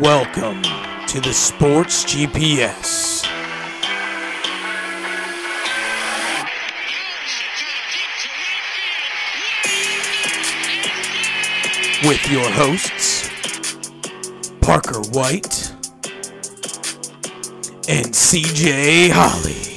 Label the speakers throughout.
Speaker 1: Welcome to the Sports GPS. With your hosts, Parker White and CJ Holly.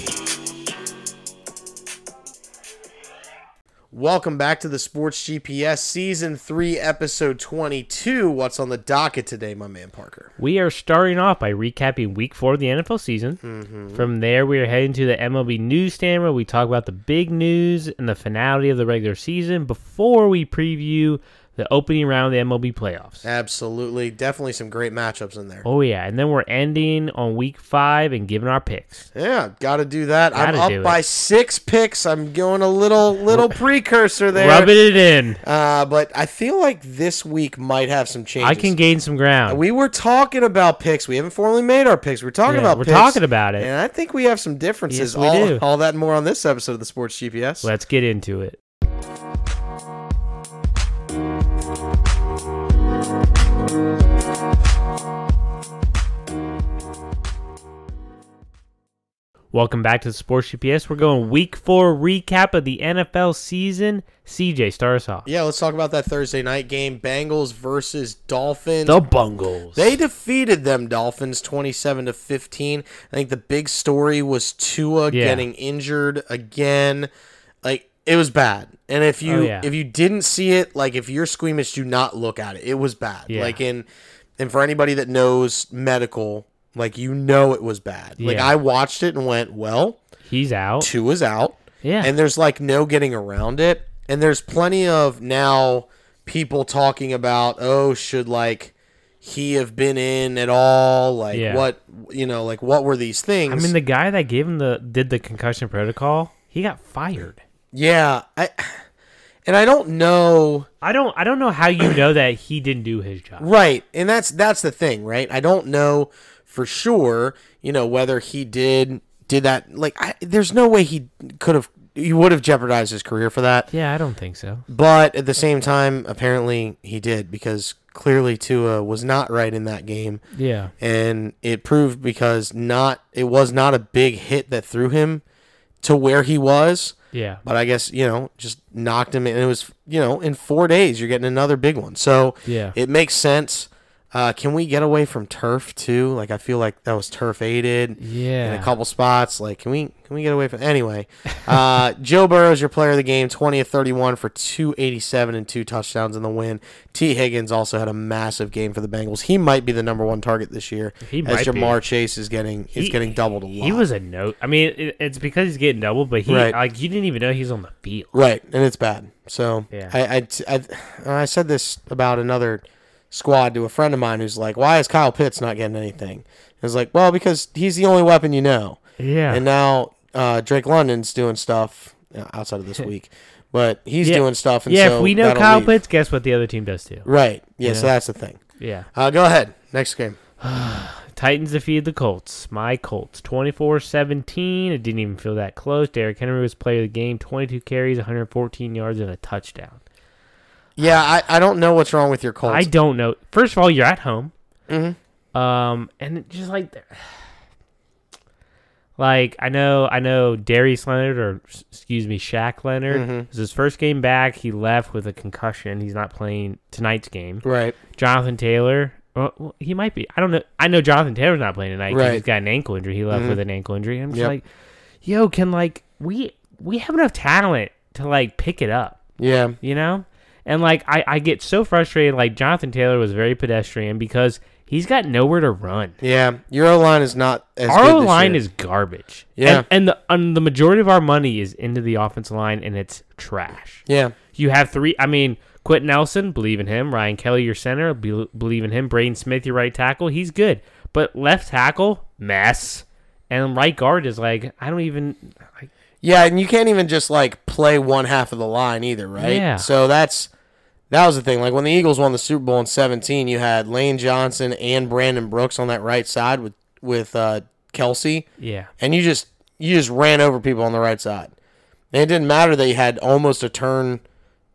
Speaker 2: Welcome back to the Sports GPS Season 3, Episode 22. What's on the docket today, my man Parker?
Speaker 3: We are starting off by recapping week four of the NFL season.
Speaker 2: Mm-hmm.
Speaker 3: From there, we are heading to the MLB newsstand where we talk about the big news and the finality of the regular season before we preview the opening round of the MLB playoffs.
Speaker 2: Absolutely. Definitely some great matchups in there.
Speaker 3: Oh, yeah. And then we're ending on week five and giving our picks.
Speaker 2: Yeah, got to do that. I'm
Speaker 3: Gotta
Speaker 2: up
Speaker 3: do it.
Speaker 2: by six picks. I'm going a little little precursor there.
Speaker 3: Rubbing it in.
Speaker 2: Uh, but I feel like this week might have some changes. Uh,
Speaker 3: I can gain some ground.
Speaker 2: We were talking about picks. We haven't formally made our picks. We're talking
Speaker 3: Yeah,
Speaker 2: about
Speaker 3: we're
Speaker 2: picks,
Speaker 3: talking about it.
Speaker 2: And I think we have some differences.
Speaker 3: Yes, we
Speaker 2: all,
Speaker 3: do.
Speaker 2: all that and more on this episode of the Sports GPS.
Speaker 3: Let's get into it. Welcome back to the Sports GPS. We're going week four recap of the NFL season. CJ, start us off.
Speaker 2: Yeah, let's talk about that Thursday night game. Bengals versus Dolphins.
Speaker 3: The Bungles.
Speaker 2: They defeated them Dolphins 27 to 15. I think the big story was Tua
Speaker 3: Yeah.
Speaker 2: getting injured again. Like it was bad. And if you
Speaker 3: Oh, yeah.
Speaker 2: if you didn't see it, like if you're squeamish, do not look at it. It was bad.
Speaker 3: Yeah.
Speaker 2: Like in and for anybody that knows medical, like you know it was bad. Like
Speaker 3: Yeah.
Speaker 2: I watched it and went, "Well,
Speaker 3: He's out.
Speaker 2: two is out.
Speaker 3: Yeah.
Speaker 2: And there's like no getting around it. And there's plenty of now people talking about, oh, should like he have been in at all? Like
Speaker 3: Yeah.
Speaker 2: what you know, like what were these things?
Speaker 3: I mean, the guy that gave him the did the concussion protocol, he got fired.
Speaker 2: yeah, I and I don't know
Speaker 3: I don't. I don't know how you know that he didn't do his job.
Speaker 2: Right. And that's that's the thing, right? I don't know for sure, you know, whether he did did that like I, there's no way he could have he would have jeopardized his career for that.
Speaker 3: Yeah, I don't think so.
Speaker 2: But at the same time, apparently he did because clearly Tua was not right in that game,
Speaker 3: Yeah.
Speaker 2: and it proved because not it was not a big hit that threw him to where he was.
Speaker 3: Yeah.
Speaker 2: But I guess you know just knocked him, and it was you know in four days you're getting another big one, so
Speaker 3: Yeah.
Speaker 2: it makes sense. Uh, can we get away from turf too? Like I feel like that was turf aided in
Speaker 3: Yeah.
Speaker 2: a couple spots. Like, can we can we get away from anyway? Uh, Joe Burrow's your player of the game, twenty of thirty one for two eighty seven and two touchdowns in the win. T Higgins also had a massive game for the Bengals. He might be the number one target this year.
Speaker 3: He
Speaker 2: as
Speaker 3: might be.
Speaker 2: Jamar Chase is getting is
Speaker 3: He-
Speaker 2: getting doubled a lot.
Speaker 3: He was a note. I mean, it, it's because he's getting doubled, but he
Speaker 2: Right.
Speaker 3: like you didn't even know he's on the field.
Speaker 2: right, and it's bad. So
Speaker 3: Yeah.
Speaker 2: I, I t- I I said this about another squad to a friend of mine who's like, why is Kyle Pitts not getting anything? I was like, well, because he's the only weapon you know.
Speaker 3: Yeah,
Speaker 2: And now uh, Drake London's doing stuff uh, outside of this week, but he's
Speaker 3: Yeah.
Speaker 2: doing stuff. And
Speaker 3: yeah.
Speaker 2: so
Speaker 3: if we know
Speaker 2: that'll
Speaker 3: Kyle
Speaker 2: leave.
Speaker 3: Pitts, guess what the other team does too.
Speaker 2: right? Yeah, so that's the thing.
Speaker 3: Yeah,
Speaker 2: Uh, go ahead. Next game.
Speaker 3: Titans defeated the Colts. My Colts, 24-17. It didn't even feel that close. Derrick Henry was player of the game, twenty two carries, one hundred fourteen yards, and a touchdown.
Speaker 2: Yeah, I, I don't know what's wrong with your Colts.
Speaker 3: I don't know. First of all, you're at home. Mm-hmm. Um, and it just like, like I know, I know Darius Leonard or s- excuse me, Shaq Leonard.
Speaker 2: Mm-hmm.
Speaker 3: This is his first game back. He left with a concussion. He's not playing tonight's game.
Speaker 2: right.
Speaker 3: Jonathan Taylor. Well, well, he might be. I don't know. I know Jonathan Taylor's not playing tonight. 'cause
Speaker 2: Right. Mm-hmm.
Speaker 3: He's got an ankle injury. He left with an ankle injury. I'm just
Speaker 2: Yep.
Speaker 3: like, yo, can like we we have enough talent to like pick it up?
Speaker 2: Yeah.
Speaker 3: you know and like I, I get so frustrated like jonathan taylor was very pedestrian because he's got nowhere to run
Speaker 2: Yeah. Your O line is not as
Speaker 3: our
Speaker 2: good
Speaker 3: O line
Speaker 2: this
Speaker 3: is garbage
Speaker 2: Yeah.
Speaker 3: and, and the and the majority of our money is into the offensive line and it's trash
Speaker 2: year. Yeah.
Speaker 3: you have three i mean quentin nelson believe in him ryan kelly your center be, believe in him braden smith your right tackle he's good but left tackle mess and right guard is like i don't even like,
Speaker 2: Yeah, and you can't even just like play one half of the line either, right?
Speaker 3: Yeah.
Speaker 2: So that's that was the thing. Like when the Eagles won the Super Bowl in seventeen, you had Lane Johnson and Brandon Brooks on that right side with with uh, Kelsey.
Speaker 3: yeah
Speaker 2: and you just you just ran over people on the right side. And it didn't matter that you had almost a turn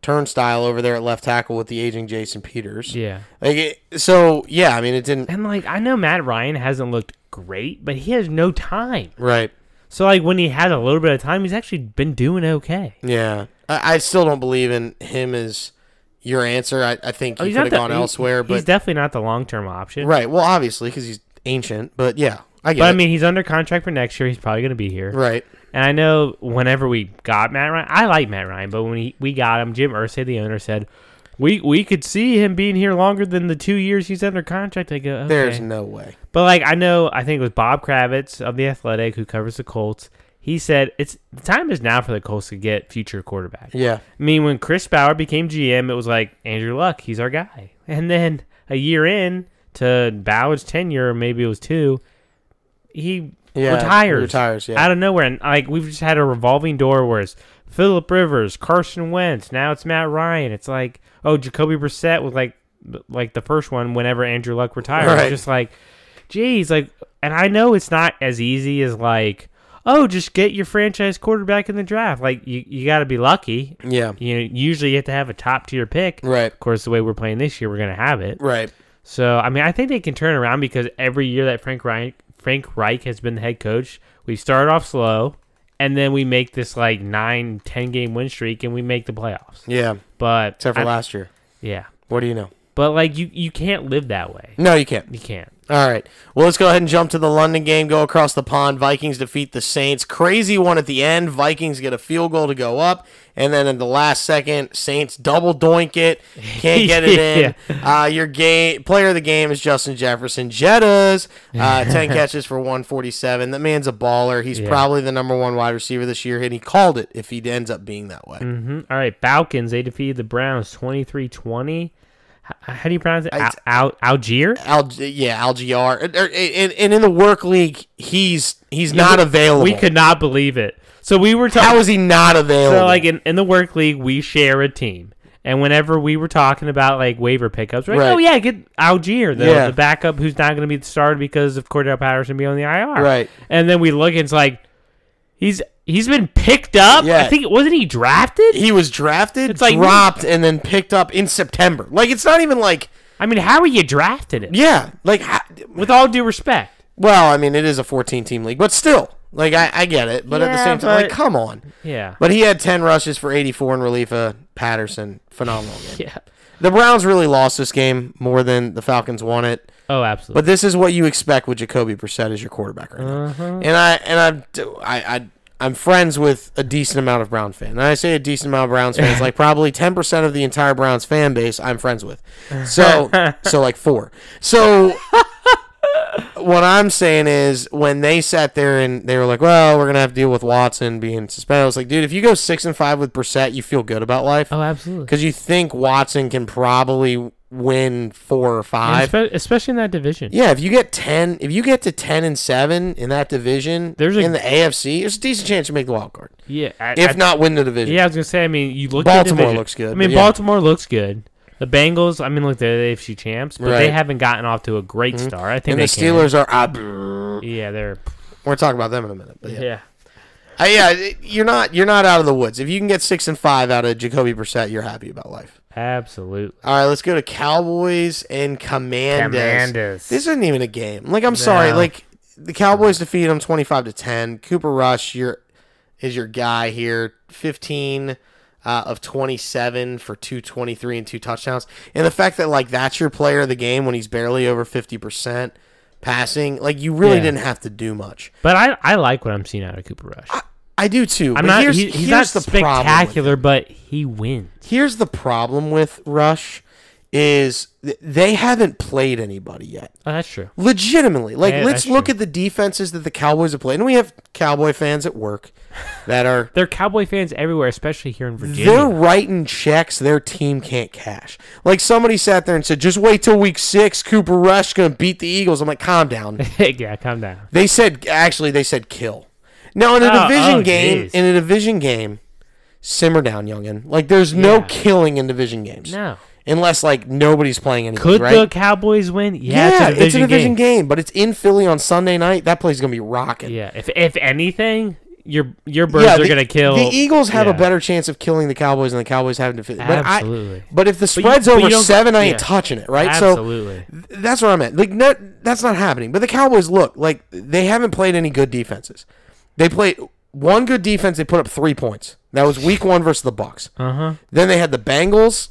Speaker 2: turnstile over there at left tackle with the aging Jason Peters.
Speaker 3: Yeah.
Speaker 2: Like it, so, yeah. I mean, it didn't.
Speaker 3: And like I know Matt Ryan hasn't looked great, but he has no time.
Speaker 2: Right.
Speaker 3: So like when he had a little bit of time, he's actually been doing okay.
Speaker 2: Yeah. I, I still don't believe in him as your answer. I, I think he could have
Speaker 3: the-
Speaker 2: gone
Speaker 3: he-
Speaker 2: elsewhere.
Speaker 3: he's
Speaker 2: But
Speaker 3: definitely not the long term option.
Speaker 2: right. Well, obviously because he's ancient. But yeah, I get.
Speaker 3: But I
Speaker 2: it.
Speaker 3: mean, he's under contract for next year. He's probably going to be here.
Speaker 2: right.
Speaker 3: And I know whenever we got Matt Ryan, I like Matt Ryan, but when he, we got him, Jim Ursay, the owner, said we we could see him being here longer than the two years he's under contract. I go, okay.
Speaker 2: There's no way.
Speaker 3: But like I know, I think it was Bob Kravitz of the Athletic who covers the Colts. He said it's the time is now for the Colts to get future quarterback.
Speaker 2: Yeah.
Speaker 3: I mean, when Chris Bauer became GM, it was like Andrew Luck, he's our guy. And then a year in to Bauer's tenure, maybe it was two, he
Speaker 2: Yeah.
Speaker 3: retires.
Speaker 2: Retires. Yeah.
Speaker 3: out of nowhere. And like we've just had a revolving door where it's Philip Rivers, Carson Wentz, now it's Matt Ryan. It's like oh Jacoby Brissett was like like the first one whenever Andrew Luck retired. It's
Speaker 2: Right.
Speaker 3: just like, geez, like, and I know it's not as easy as like oh just get your franchise quarterback in the draft. Like you you got to be lucky.
Speaker 2: yeah.
Speaker 3: You know, usually you have to have a top tier pick.
Speaker 2: Right.
Speaker 3: Of course, the way we're playing this year, we're gonna have it.
Speaker 2: Right.
Speaker 3: So I mean, I think they can turn around because every year that Frank Reich, Frank Reich has been the head coach, we started off slow, and then we make this like nine, ten game win streak, and we make the playoffs.
Speaker 2: Yeah.
Speaker 3: But
Speaker 2: Except for
Speaker 3: I-
Speaker 2: last year.
Speaker 3: yeah,
Speaker 2: What do you know?
Speaker 3: but like you, you can't live that way.
Speaker 2: No, you can't.
Speaker 3: You can't.
Speaker 2: All right. Well, let's go ahead and jump to the London game. Go across the pond. Vikings defeat the Saints. Crazy one at the end. Vikings get a field goal to go up, and then in the last second, Saints double doink it. Can't get it in. uh, your game player of the game is Justin Jefferson. Jettas uh, ten catches for one forty seven. That man's a baller. He's probably the number one wide receiver this year, and he called it if he ends up being that way.
Speaker 3: Mhm. All right, Falcons they defeated the Browns 23-20. H- How do you pronounce it? Al- Al- Algier.
Speaker 2: Al, yeah, LGR, and, er, and, and in the work league, he's he's not available.
Speaker 3: We could not believe it. So we were talking.
Speaker 2: How is he not available?
Speaker 3: So like in, in the work league, we share a team. And whenever we were talking about like waiver pickups, we're like,
Speaker 2: Right.
Speaker 3: oh yeah, get Algier, the,
Speaker 2: Yeah.
Speaker 3: the backup who's not going to be the starter because of Cordell Patterson being on the IR.
Speaker 2: Right.
Speaker 3: And then we look and it's like he's he's been picked up.
Speaker 2: Yeah.
Speaker 3: I think wasn't he drafted?
Speaker 2: he was drafted,
Speaker 3: It's like-
Speaker 2: dropped, and then picked up in September. Like it's not even like
Speaker 3: I mean, how are you drafted it?
Speaker 2: yeah, like ha-
Speaker 3: With all due respect.
Speaker 2: well, I mean it is a 14 team league, but still, like I, I get it, but at the
Speaker 3: Yeah,
Speaker 2: same time, like
Speaker 3: but-
Speaker 2: come on.
Speaker 3: Yeah.
Speaker 2: But he had 10 rushes for 84 in relief of Patterson. Phenomenal. game.
Speaker 3: Yeah.
Speaker 2: The Browns really lost this game more than the Falcons won it.
Speaker 3: Oh, absolutely.
Speaker 2: But this is what you expect with Jacoby Brissett as your quarterback right now. And I and I'm I, I I'm friends with a decent amount of Brown fans. And I say a decent amount of Browns fans, like probably ten percent of the entire Browns fan base I'm friends with. So so like four. So what I'm saying is when they sat there and they were like, Well, we're gonna have to deal with Watson being suspended, I was like, dude, if you go six and five with Brissett, you feel good about life.
Speaker 3: oh, absolutely.
Speaker 2: Because you think Watson can probably win four or
Speaker 3: And
Speaker 2: five.
Speaker 3: espe- especially in that division.
Speaker 2: Yeah, if you get ten, if you get to ten and seven in that division,
Speaker 3: There's a-
Speaker 2: in the AFC, there's a decent chance you make the wild card,
Speaker 3: Yeah. I-
Speaker 2: if
Speaker 3: I-
Speaker 2: not win the division.
Speaker 3: Yeah, I was gonna say. I mean, you look. at the
Speaker 2: Baltimore
Speaker 3: division-
Speaker 2: looks good,
Speaker 3: I mean,
Speaker 2: but yeah.
Speaker 3: Baltimore looks good. The Bengals. I mean, look, they're the AFC champs, but they
Speaker 2: Right. Mm-hmm.
Speaker 3: haven't gotten off to a great start. I think
Speaker 2: and the
Speaker 3: they
Speaker 2: Steelers are. ah,
Speaker 3: Can. Yeah, they're.
Speaker 2: We're talking about them in a minute, but yeah,
Speaker 3: Yeah.
Speaker 2: Uh, yeah, it- you're not you're not out of the woods. If you can get six and five out of Jacoby Brissett, you're happy about life.
Speaker 3: absolutely.
Speaker 2: All right, let's go to Cowboys and Commanders.
Speaker 3: Commanders.
Speaker 2: This isn't even a game. Like I'm sorry,
Speaker 3: No.
Speaker 2: like the Cowboys defeat them 25 to 10. Cooper Rush your is your guy here. 15 uh, of 27 for 223 and two touchdowns. And the fact that like that's your player of the game when he's barely over 50% passing, like you really
Speaker 3: Yeah.
Speaker 2: didn't have to do much.
Speaker 3: But I, I like what I'm seeing out of Cooper Rush.
Speaker 2: I do too.
Speaker 3: I'm
Speaker 2: but
Speaker 3: not.
Speaker 2: here's,
Speaker 3: he- he's not
Speaker 2: here's the problem with it.
Speaker 3: spectacular, but he wins.
Speaker 2: here's the problem with Rush is th- they haven't played anybody yet.
Speaker 3: Oh, that's true.
Speaker 2: Legitimately, like
Speaker 3: Yeah,
Speaker 2: let's
Speaker 3: that's
Speaker 2: look at the defenses that the Cowboys have played, and we have Cowboy fans at work that are
Speaker 3: They're Cowboy fans everywhere, especially here in Virginia.
Speaker 2: they're writing checks their team can't cash. Like somebody sat there and said, "Just wait till week six, Cooper Rush gonna beat the Eagles." I'm like, calm down.
Speaker 3: yeah, calm down.
Speaker 2: they said actually they said kill. Now in a
Speaker 3: Oh,
Speaker 2: division
Speaker 3: oh,
Speaker 2: game,
Speaker 3: geez.
Speaker 2: in a division game, simmer down, youngin. Like there's no
Speaker 3: Yeah.
Speaker 2: killing in division games.
Speaker 3: No.
Speaker 2: Unless like nobody's playing anything,
Speaker 3: Could
Speaker 2: right?
Speaker 3: the Cowboys win? Yeah,
Speaker 2: Yeah,
Speaker 3: it's, a division game.
Speaker 2: game. but it's in Philly on Sunday night. That play's gonna be rocking.
Speaker 3: Yeah. If if anything, your your birds are
Speaker 2: the-
Speaker 3: gonna kill.
Speaker 2: The Eagles have
Speaker 3: yeah.
Speaker 2: a better chance of killing the Cowboys than the Cowboys have to. But I,
Speaker 3: Absolutely.
Speaker 2: but if the
Speaker 3: you-
Speaker 2: spread's
Speaker 3: but you
Speaker 2: over
Speaker 3: don't-
Speaker 2: seven, I ain't
Speaker 3: yeah.
Speaker 2: touching it. Right. So
Speaker 3: Absolutely.
Speaker 2: th- that's where I'm at. Like no, that's not happening. But the Cowboys look like they haven't played any good defenses. They played one good defense. They put up three points. That was Week One versus the Bucks.
Speaker 3: uh huh.
Speaker 2: Then they had the Bengals.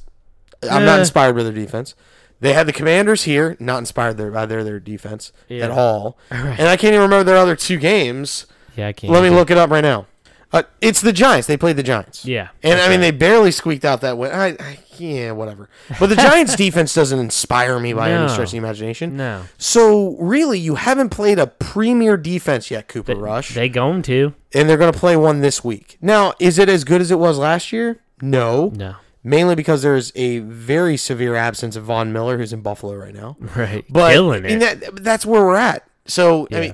Speaker 2: I'm not
Speaker 3: Eh.
Speaker 2: inspired by their defense. They had the Commanders here, not inspired their, by their their defense
Speaker 3: Yeah.
Speaker 2: at all. And I can't even remember their other two games.
Speaker 3: Yeah, I can't.
Speaker 2: Let me look it up right now. Uh, it's the Giants. They played the Giants.
Speaker 3: Yeah.
Speaker 2: And I
Speaker 3: that's
Speaker 2: mean,
Speaker 3: right.
Speaker 2: they barely squeaked out that win. I, I, yeah, whatever. But the Giants' defense doesn't inspire me by
Speaker 3: No.
Speaker 2: any stretch of the imagination.
Speaker 3: no,
Speaker 2: So really, you haven't played a premier defense yet, Cooper Rush,
Speaker 3: they going to
Speaker 2: and they're going to play one this week. Now, is it as good as it was last year? No,
Speaker 3: no.
Speaker 2: mainly because there's a very severe absence of Von Miller, who's in Buffalo right now.
Speaker 3: Right,
Speaker 2: But
Speaker 3: killing
Speaker 2: and
Speaker 3: it.
Speaker 2: that- that's where we're at. So I mean,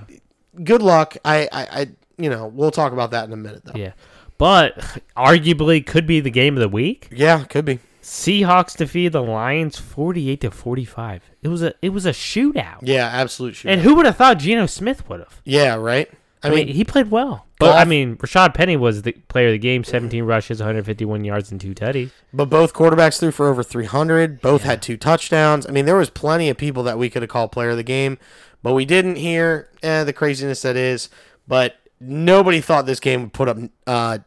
Speaker 2: good luck. I, I, I, you know, we'll talk about that in a minute, though.
Speaker 3: yeah, but arguably could be the game of the week.
Speaker 2: Yeah, could be.
Speaker 3: Seahawks defeat the Lions forty-eight to forty-five. It was a it was a shootout.
Speaker 2: Yeah, absolute shootout.
Speaker 3: And who would have thought Geno Smith would have?
Speaker 2: yeah, right. I,
Speaker 3: I mean,
Speaker 2: mean,
Speaker 3: he played well, but I
Speaker 2: Goff-
Speaker 3: mean, Rashad Penny was the player of the game: seventeen rushes, one hundred fifty-one yards, and two tutties.
Speaker 2: but both quarterbacks threw for over 300. Both had two touchdowns. I mean, there was plenty of people that we could have called player of the game, but we didn't hear eh, the craziness that is. But nobody thought this game would put up uh,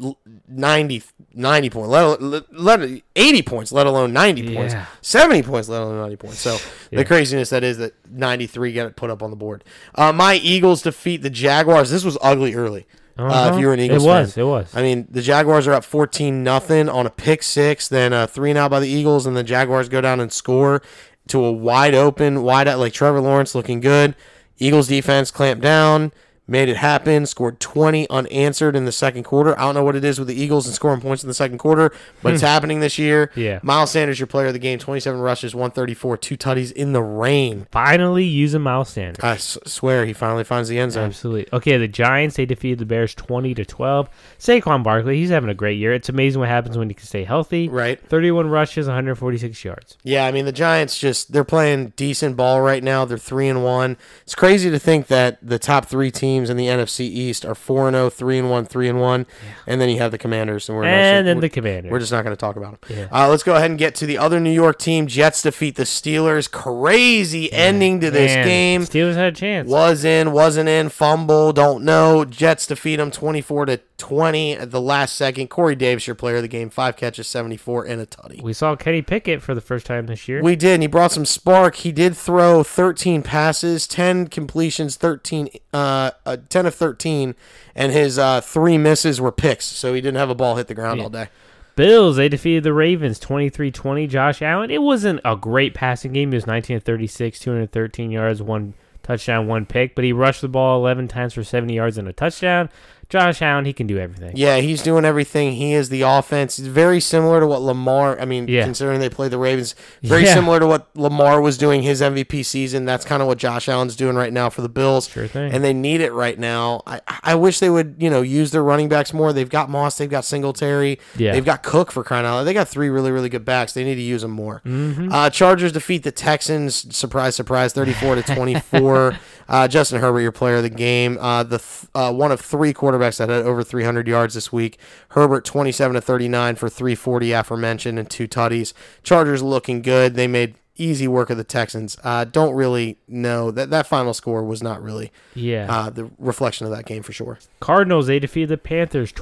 Speaker 2: l- 90, 90 points, let, let, let- 80 points, let alone 90 points,
Speaker 3: Yeah.
Speaker 2: 70 points, let alone 90 points. So
Speaker 3: Yeah.
Speaker 2: the craziness that is that 93 got it put up on the board. Uh, my Eagles defeat the Jaguars. This was ugly early. Uh,
Speaker 3: Uh-huh.
Speaker 2: if you were an Eagles
Speaker 3: it
Speaker 2: fan.
Speaker 3: was, it was.
Speaker 2: I mean, the Jaguars are up 14 nothing on a pick six, then a three and out by the Eagles, and the Jaguars go down and score to a wide open, wide out, like Trevor Lawrence looking good. Eagles defense clamped down, made it happen, scored 20 unanswered in the second quarter. I don't know what it is with the Eagles and scoring points in the second quarter, but it's happening this year.
Speaker 3: Yeah.
Speaker 2: Miles Sanders, your player of the game, 27 rushes, 134, two tutties in the rain.
Speaker 3: Finally, using Miles Sanders.
Speaker 2: I s- swear he finally finds the end zone.
Speaker 3: Absolutely. Okay, the Giants they defeated the Bears twenty to twelve. Saquon Barkley, he's having a great year. It's amazing what happens when he can stay healthy.
Speaker 2: Right.
Speaker 3: Thirty-one rushes, one hundred forty-six yards.
Speaker 2: Yeah, I mean the Giants just they're playing decent ball right now. They're three and one. It's crazy to think that the top three teams in the NFC East are four and oh, three and one, three and one, and then you have the Commanders, and we're not-
Speaker 3: And then
Speaker 2: we're-
Speaker 3: the Commanders.
Speaker 2: we're just not going to talk about them.
Speaker 3: Yeah.
Speaker 2: Uh, let's go ahead and get to the other New York team. Jets defeat the Steelers. Crazy ending to this
Speaker 3: Man,
Speaker 2: game.
Speaker 3: Steelers had a chance.
Speaker 2: Was in, wasn't in, fumble, don't know. Jets defeat them 24 to 20 at the last second. Corey Davis, your player of the game, five catches, 74, and a tutty.
Speaker 3: We saw Kenny Pickett for the first time this year.
Speaker 2: We did. And he brought some spark. He did throw 13 passes, 10 completions, 13, uh, uh 10 of 13, and his uh, three misses were picks. So he didn't have a ball hit the ground all day.
Speaker 3: Bills, they defeated the Ravens 23-20. Josh Allen, it wasn't a great passing game. He was 19 of 36, 213 yards, one touchdown, one pick, but he rushed the ball 11 times for 70 yards and a touchdown. Josh Allen, he can do everything.
Speaker 2: Yeah, he's doing everything. He is the offense. It's very similar to what Lamar. I mean,
Speaker 3: Yeah.
Speaker 2: considering they play the Ravens, very
Speaker 3: Yeah.
Speaker 2: similar to what Lamar was doing his MVP season. That's kind of what Josh Allen's doing right now for the Bills.
Speaker 3: Sure thing.
Speaker 2: And they need it right now. I I wish they would you know use their running backs more. They've got Moss. They've got Singletary.
Speaker 3: Yeah.
Speaker 2: They've got Cook for crying out loud. They got three really really good backs. They need to use them more. Uh, Chargers defeat the Texans. Surprise surprise, thirty four to twenty four. Uh, Justin Herbert, your player of the game, uh, the th- uh, one of three quarterbacks that had over 300 yards this week. Herbert 27 to 39 for 340 aforementioned and two tutties. Chargers looking good. They made easy work of the Texans. Uh, don't really know that that final score was not really
Speaker 3: Yeah.
Speaker 2: uh, the reflection of that game for sure.
Speaker 3: Cardinals, they defeated the Panthers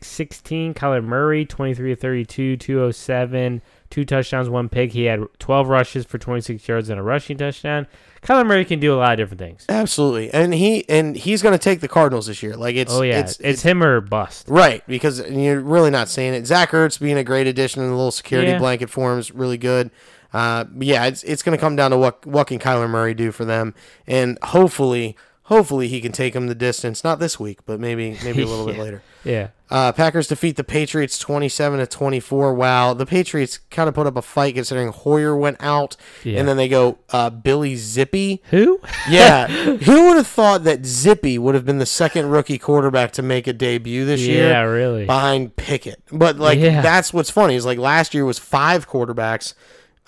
Speaker 3: 26-16. Kyler Murray, 23-32, 207, two touchdowns, one pick. He had 12 rushes for 26 yards and a rushing touchdown. Kyler Murray can do a lot of different things.
Speaker 2: Absolutely, and he and he's going to take the Cardinals this year. Like it's
Speaker 3: Oh, yeah.
Speaker 2: it's,
Speaker 3: It's, him or bust.
Speaker 2: Right, because you're really not seeing it. Zach Ertz being a great addition in the little security
Speaker 3: Yeah.
Speaker 2: blanket for him is really good. Uh, but yeah, it's it's going to come down to what what can Kyler Murray do for them, and hopefully, hopefully he can take them the distance. Not this week, but maybe maybe a little bit
Speaker 3: Yeah.
Speaker 2: later.
Speaker 3: Yeah.
Speaker 2: Uh, Packers defeat the Patriots 27 to 24. Wow, the Patriots kind of put up a fight considering Hoyer went out,
Speaker 3: Yeah.
Speaker 2: and then they go uh, Billy Zippy.
Speaker 3: Who?
Speaker 2: Yeah, who would have thought that Zippy would have been the second rookie quarterback to make a debut this year?
Speaker 3: Yeah, really.
Speaker 2: behind Pickett. But like
Speaker 3: Yeah.
Speaker 2: that's what's funny is like last year was five quarterbacks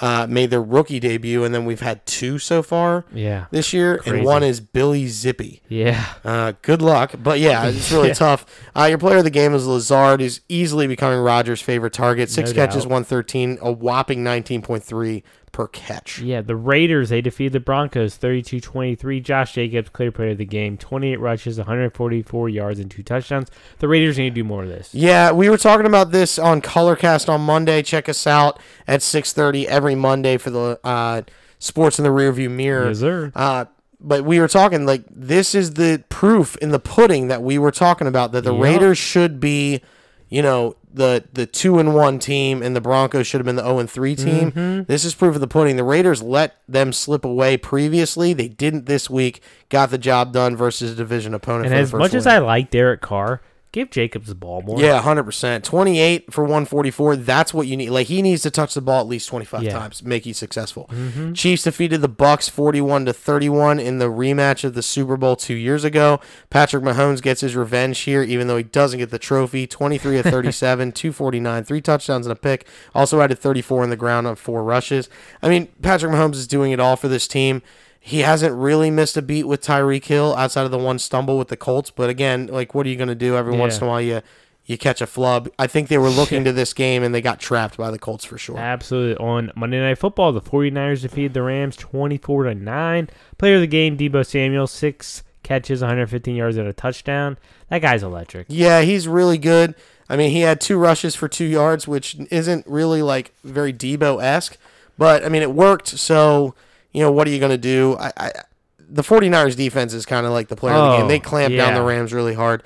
Speaker 2: uh, made their rookie debut, and then we've had two so far
Speaker 3: Yeah.
Speaker 2: this year,
Speaker 3: Crazy.
Speaker 2: and one is Billy Zippy.
Speaker 3: Yeah.
Speaker 2: Uh, good luck, but yeah, it's really
Speaker 3: Yeah.
Speaker 2: tough. Uh, your player of the game is Lazard, who's easily becoming Rogers' favorite target. Six
Speaker 3: No doubt.
Speaker 2: catches, one thirteen, a whopping nineteen point three per catch.
Speaker 3: Yeah, the Raiders, they defeat the Broncos 32 23. Josh Jacobs, clear player of the game, 28 rushes, 144 yards, and two touchdowns. The Raiders need to do more of this.
Speaker 2: Yeah, we were talking about this on Colorcast on Monday. Check us out at six thirty every Monday for the uh, sports in the rearview mirror.
Speaker 3: Yes, sir.
Speaker 2: Uh, but we were talking like this is the proof in the pudding that we were talking about that the
Speaker 3: Yup.
Speaker 2: Raiders should be, you know, the the two and one team, and the Broncos should have been the zero and three team.
Speaker 3: Mm-hmm.
Speaker 2: This is proof of the pudding. The Raiders let them slip away previously. They didn't this week. Got the job done versus a division opponent.
Speaker 3: And
Speaker 2: for
Speaker 3: as
Speaker 2: the first
Speaker 3: much as
Speaker 2: win.
Speaker 3: I like Derek Carr, give Jacobs the ball more.
Speaker 2: Yeah, hundred percent. Twenty eight for one forty four. That's what you need. Like he needs to touch the ball at least twenty five
Speaker 3: Yeah. Mm-hmm.
Speaker 2: times, to make you successful. Chiefs defeated the Bucks forty one to thirty one in the rematch of the Super Bowl two years ago. Patrick Mahomes gets his revenge here, even though he doesn't get the trophy. Twenty three of thirty seven, two forty nine, three touchdowns and a pick. Also added thirty four on the ground on four rushes. I mean, Patrick Mahomes is doing it all for this team. He hasn't really missed a beat with Tyreek Hill outside of the one stumble with the Colts. But again, like, what are you going to do every once
Speaker 3: Yeah.
Speaker 2: in a while? while you you catch a flub. I think they were looking to this game and they got trapped by the Colts for sure.
Speaker 3: Absolutely. On Monday Night Football, the 49ers defeated the Rams 24 to 9. Player of the game, Debo Samuel, six catches, 115 yards, and a touchdown. That guy's electric.
Speaker 2: Yeah, he's really good. I mean, he had two rushes for two yards, which isn't really like very Debo esque, but I mean, it worked. So, you know, what are you going to do? I, I, the 49ers defense is kind of like the player of the
Speaker 3: Oh,
Speaker 2: game. They clamped down
Speaker 3: yeah.
Speaker 2: the Rams really hard.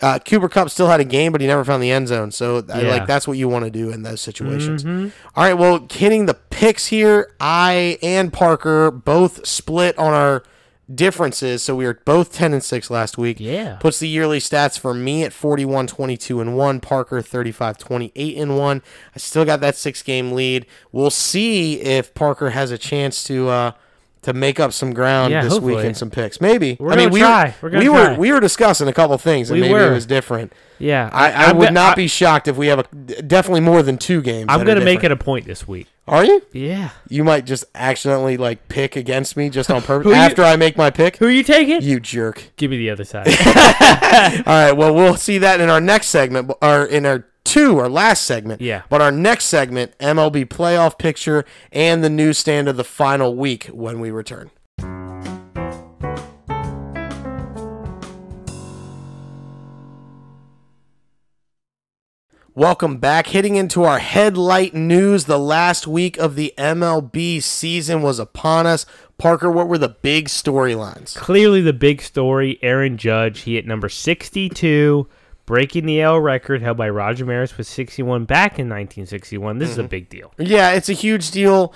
Speaker 2: Uh, Cooper Cup still had a game, but he never found the end zone. So, I,
Speaker 3: Yeah. Mm-hmm.
Speaker 2: like, that's what you want to do in those situations. All right. Well, hitting the picks here, I and Parker both split on our differences. So we were both 10 and 6 last week.
Speaker 3: Yeah.
Speaker 2: Puts the yearly stats for me at 41 22 and 1, Parker 35 28 and 1. I still got that 6 game lead. We'll see if Parker has a chance to uh to make up some ground
Speaker 3: Yeah,
Speaker 2: this
Speaker 3: hopefully.
Speaker 2: week in some picks. Maybe.
Speaker 3: We're
Speaker 2: I mean,
Speaker 3: gonna
Speaker 2: we
Speaker 3: try. We're gonna
Speaker 2: we
Speaker 3: try.
Speaker 2: were we were discussing a couple things and
Speaker 3: We
Speaker 2: maybe
Speaker 3: were.
Speaker 2: it was different.
Speaker 3: Yeah.
Speaker 2: I, I
Speaker 3: I'm
Speaker 2: would
Speaker 3: go-
Speaker 2: not
Speaker 3: I-
Speaker 2: be shocked if we have a definitely more than two games.
Speaker 3: I'm going to make it a point this week.
Speaker 2: Are you?
Speaker 3: Yeah.
Speaker 2: You might just accidentally like pick against me just on
Speaker 3: Who
Speaker 2: purpose
Speaker 3: you-
Speaker 2: after I make my pick.
Speaker 3: Who are you taking?
Speaker 2: You jerk.
Speaker 3: Give me the other side.
Speaker 2: All right. Well, we'll see that in our next segment, bu- or in our two, our last segment.
Speaker 3: Yeah.
Speaker 2: But our next segment, MLB playoff picture and the newsstand of the final week when we return. Welcome back. Hitting into our headlight news, the last week of the MLB season was upon us. Parker, what were the big storylines?
Speaker 3: clearly the big story Aaron Judge. He hit number 62, breaking the L record held by Roger Maris with 61 back in 1961. This is
Speaker 2: Mm-hmm.
Speaker 3: a big deal.
Speaker 2: Yeah, it's a huge deal.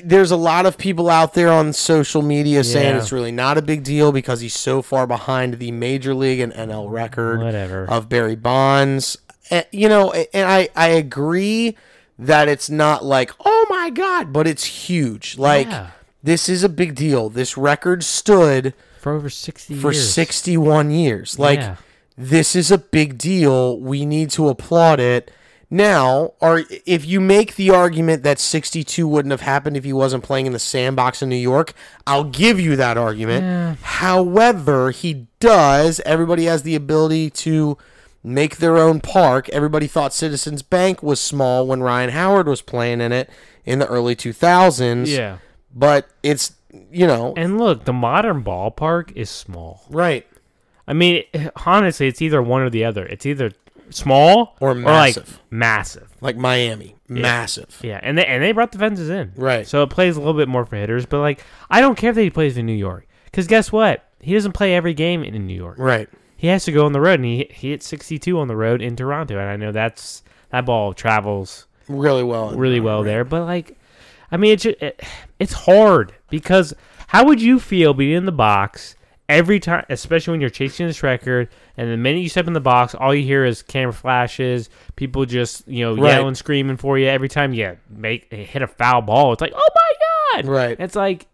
Speaker 2: There's a lot of people out there on social media saying
Speaker 3: Yeah.
Speaker 2: it's really not a big deal because he's so far behind the major league and NL record
Speaker 3: Whatever.
Speaker 2: of Barry Bonds. Eh, you know, eh, and I I agree that it's not like oh my god, but it's huge. Like
Speaker 3: Yeah.
Speaker 2: this is a big deal. This record stood
Speaker 3: For over 60
Speaker 2: for
Speaker 3: years.
Speaker 2: 61 years. Like
Speaker 3: Yeah.
Speaker 2: this is a big deal. We need to applaud it. Now, or if you make the argument that 62 wouldn't have happened if he wasn't playing in the sandbox in New York, I'll give you that argument. However, he does. Everybody has the ability to make their own park. Everybody thought Citizens Bank was small when Ryan Howard was playing in it in the early 2000s.
Speaker 3: Yeah.
Speaker 2: But it's, you know,
Speaker 3: And look, the modern ballpark is small.
Speaker 2: right.
Speaker 3: I mean, honestly, it's either one or the other. It's either small
Speaker 2: Or
Speaker 3: like
Speaker 2: massive.
Speaker 3: massive.
Speaker 2: like Miami, massive.
Speaker 3: Yeah, and they and they brought the fences in.
Speaker 2: Right.
Speaker 3: So it plays a little bit more for hitters, but like I don't care if he plays in New York cuz guess what? He doesn't play every game in in New York.
Speaker 2: Right.
Speaker 3: He has to go on the road and he he hit 62 on the road in Toronto and I know that's that ball travels
Speaker 2: Really well.
Speaker 3: really well there, but like I mean it's ju- it, it's hard because how would you feel being in the box every time especially when you're chasing this record and the minute you step in the box all you hear is camera flashes, people just, you know,
Speaker 2: Right.
Speaker 3: yelling screaming for you every time you make hit a foul ball. It's like, "Oh my god."
Speaker 2: Right.
Speaker 3: It's like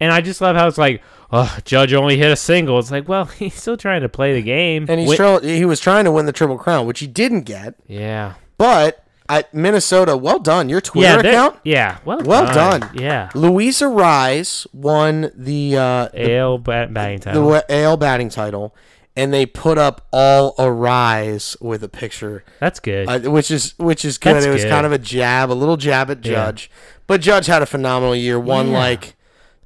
Speaker 3: and I just love how it's like, oh, Judge only hit a single. It's like, well, he's still trying to play the game.
Speaker 2: And he's
Speaker 3: Win-
Speaker 2: trying, he was trying to win the Triple Crown, which he didn't get.
Speaker 3: yeah.
Speaker 2: But At Minnesota, well done. Your Twitter
Speaker 3: yeah, they're-
Speaker 2: account.
Speaker 3: yeah. Well,
Speaker 2: Well
Speaker 3: done.
Speaker 2: done.
Speaker 3: Yeah.
Speaker 2: Louisa Rise won the uh,
Speaker 3: Ale bat- batting
Speaker 2: the
Speaker 3: title.
Speaker 2: wa- AL batting title, and they put up all arise with a picture,
Speaker 3: That's good.
Speaker 2: uh, which is which is good.
Speaker 3: That's
Speaker 2: it was
Speaker 3: good.
Speaker 2: kind of a jab, a little jab at Judge, but Judge had a phenomenal year. Won
Speaker 3: Yeah.
Speaker 2: like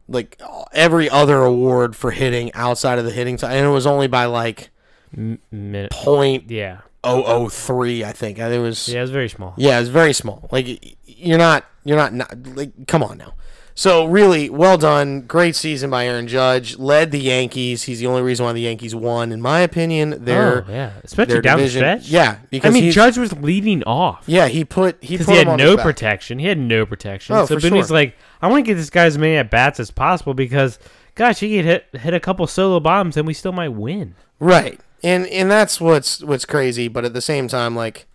Speaker 2: like every other award for hitting outside of the hitting time, and it was only by like
Speaker 3: M- minute.
Speaker 2: point
Speaker 3: Yeah.
Speaker 2: oh oh three, I think. It was
Speaker 3: Yeah, it was very small.
Speaker 2: yeah, it's very small. Like y- y- you're not you're not, not like come on now. So really, well done. Great season by Aaron Judge. Led the Yankees. He's the only reason why the Yankees won, in my opinion. Their
Speaker 3: Oh, yeah. Especially
Speaker 2: their
Speaker 3: down
Speaker 2: division.
Speaker 3: the stretch.
Speaker 2: Yeah,
Speaker 3: I
Speaker 2: because
Speaker 3: mean,
Speaker 2: he's-
Speaker 3: Judge was leading off.
Speaker 2: yeah he put he put
Speaker 3: Because he
Speaker 2: him
Speaker 3: had
Speaker 2: on
Speaker 3: no
Speaker 2: his back.
Speaker 3: protection. He had no protection.
Speaker 2: Oh,
Speaker 3: so
Speaker 2: for
Speaker 3: Booney's
Speaker 2: sure.
Speaker 3: like, I want to get this guy as many at bats as possible because, gosh, he could hit, hit a couple solo bombs and we still might win.
Speaker 2: right, and and that's what's what's crazy. But at the same time, like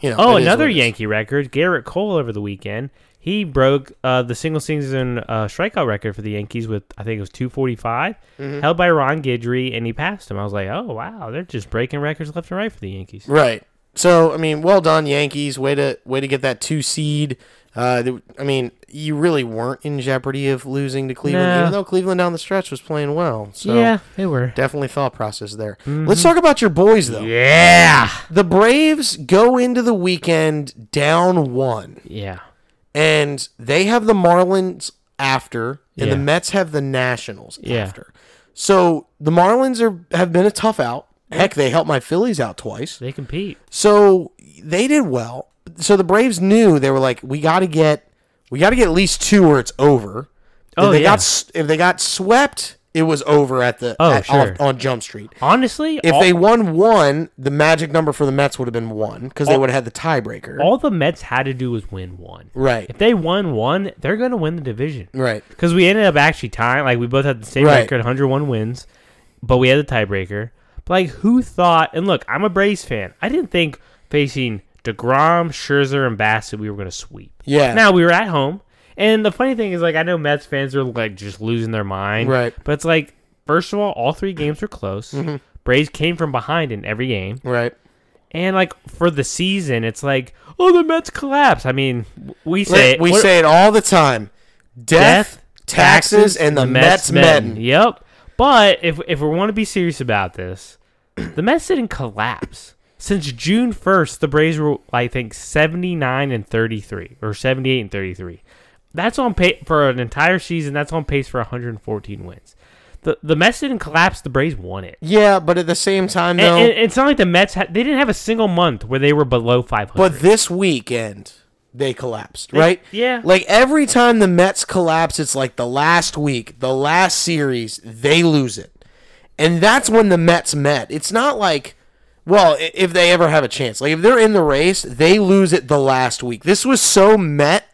Speaker 2: you know,
Speaker 3: Oh,
Speaker 2: it is
Speaker 3: another
Speaker 2: what it is.
Speaker 3: Yankee record. Garrett Cole over the weekend. He broke uh, the single season uh, strikeout record for the Yankees with, I think it was 245,
Speaker 2: Mm-hmm.
Speaker 3: held by Ron Guidry, and he passed him. I was like, oh, wow, they're just breaking records left and right for the Yankees.
Speaker 2: Right. So I mean, well done, Yankees. Way to way to get that two seed. Uh, th- I mean, you really weren't in jeopardy of losing to Cleveland,
Speaker 3: No.
Speaker 2: even though Cleveland down the stretch was playing well. So
Speaker 3: yeah, Mm-hmm. they were.
Speaker 2: definitely thought process there. Let's talk about your boys though.
Speaker 3: Yeah.
Speaker 2: The Braves go into the weekend down one,
Speaker 3: Yeah.
Speaker 2: and they have the Marlins after, and
Speaker 3: Yeah.
Speaker 2: the Mets have the Nationals
Speaker 3: Yeah.
Speaker 2: after. So the Marlins are have been a tough out. Heck, they helped my Phillies out twice.
Speaker 3: They compete.
Speaker 2: So they did well. So the Braves knew they were like, we got to get, we got to get at least two or it's over.
Speaker 3: Oh,
Speaker 2: if they
Speaker 3: yeah.
Speaker 2: got s- if they got swept, it was over at the
Speaker 3: Oh,
Speaker 2: at-
Speaker 3: sure.
Speaker 2: off- on Jump Street.
Speaker 3: Honestly,
Speaker 2: If
Speaker 3: all,
Speaker 2: they won one, the magic number for the Mets would have been one because they would have had the tiebreaker.
Speaker 3: all the Mets had to do was win one.
Speaker 2: right,
Speaker 3: If they won one, they're going to win the division.
Speaker 2: right,
Speaker 3: Because we ended up actually tying. Like, we both had the same
Speaker 2: Right.
Speaker 3: record, 101 wins, but we had the tiebreaker. But, like, who thought? And look, I'm a Braves fan. I didn't think facing DeGrom, Scherzer, and Bassett, we were going to sweep.
Speaker 2: Yeah.
Speaker 3: Now, we were at home. And the funny thing is, like, I know Mets fans are, like, just losing their mind.
Speaker 2: Right. Mm-hmm.
Speaker 3: But it's like, first of all, all three games were close. Braves came from behind in every game.
Speaker 2: right.
Speaker 3: And like for the season, it's like, oh, the Mets collapse. I mean, w- we say it.
Speaker 2: we
Speaker 3: What-
Speaker 2: say it all the time: death, taxes, and the, Mets,
Speaker 3: men.
Speaker 2: men.
Speaker 3: Yep. But if if we want to be serious about this, the Mets didn't collapse. Since June first, the Braves were I think seventy nine and thirty three or seventy eight and thirty three. That's on pace for an entire season. That's on pace for one hundred and fourteen wins. The the Mets didn't collapse. The Braves won it.
Speaker 2: Yeah, but at the same time,
Speaker 3: And,
Speaker 2: though,
Speaker 3: and it's not like the Mets had, they didn't have a single month where they were below 500.
Speaker 2: But this weekend they collapsed, right?
Speaker 3: yeah.
Speaker 2: Like every time the Mets collapse, it's like the last week, the last series, they lose it. And that's when the Mets met. It's not like well, i- if they ever have a chance. Like if they're in the race, they lose it the last week. This was so Met.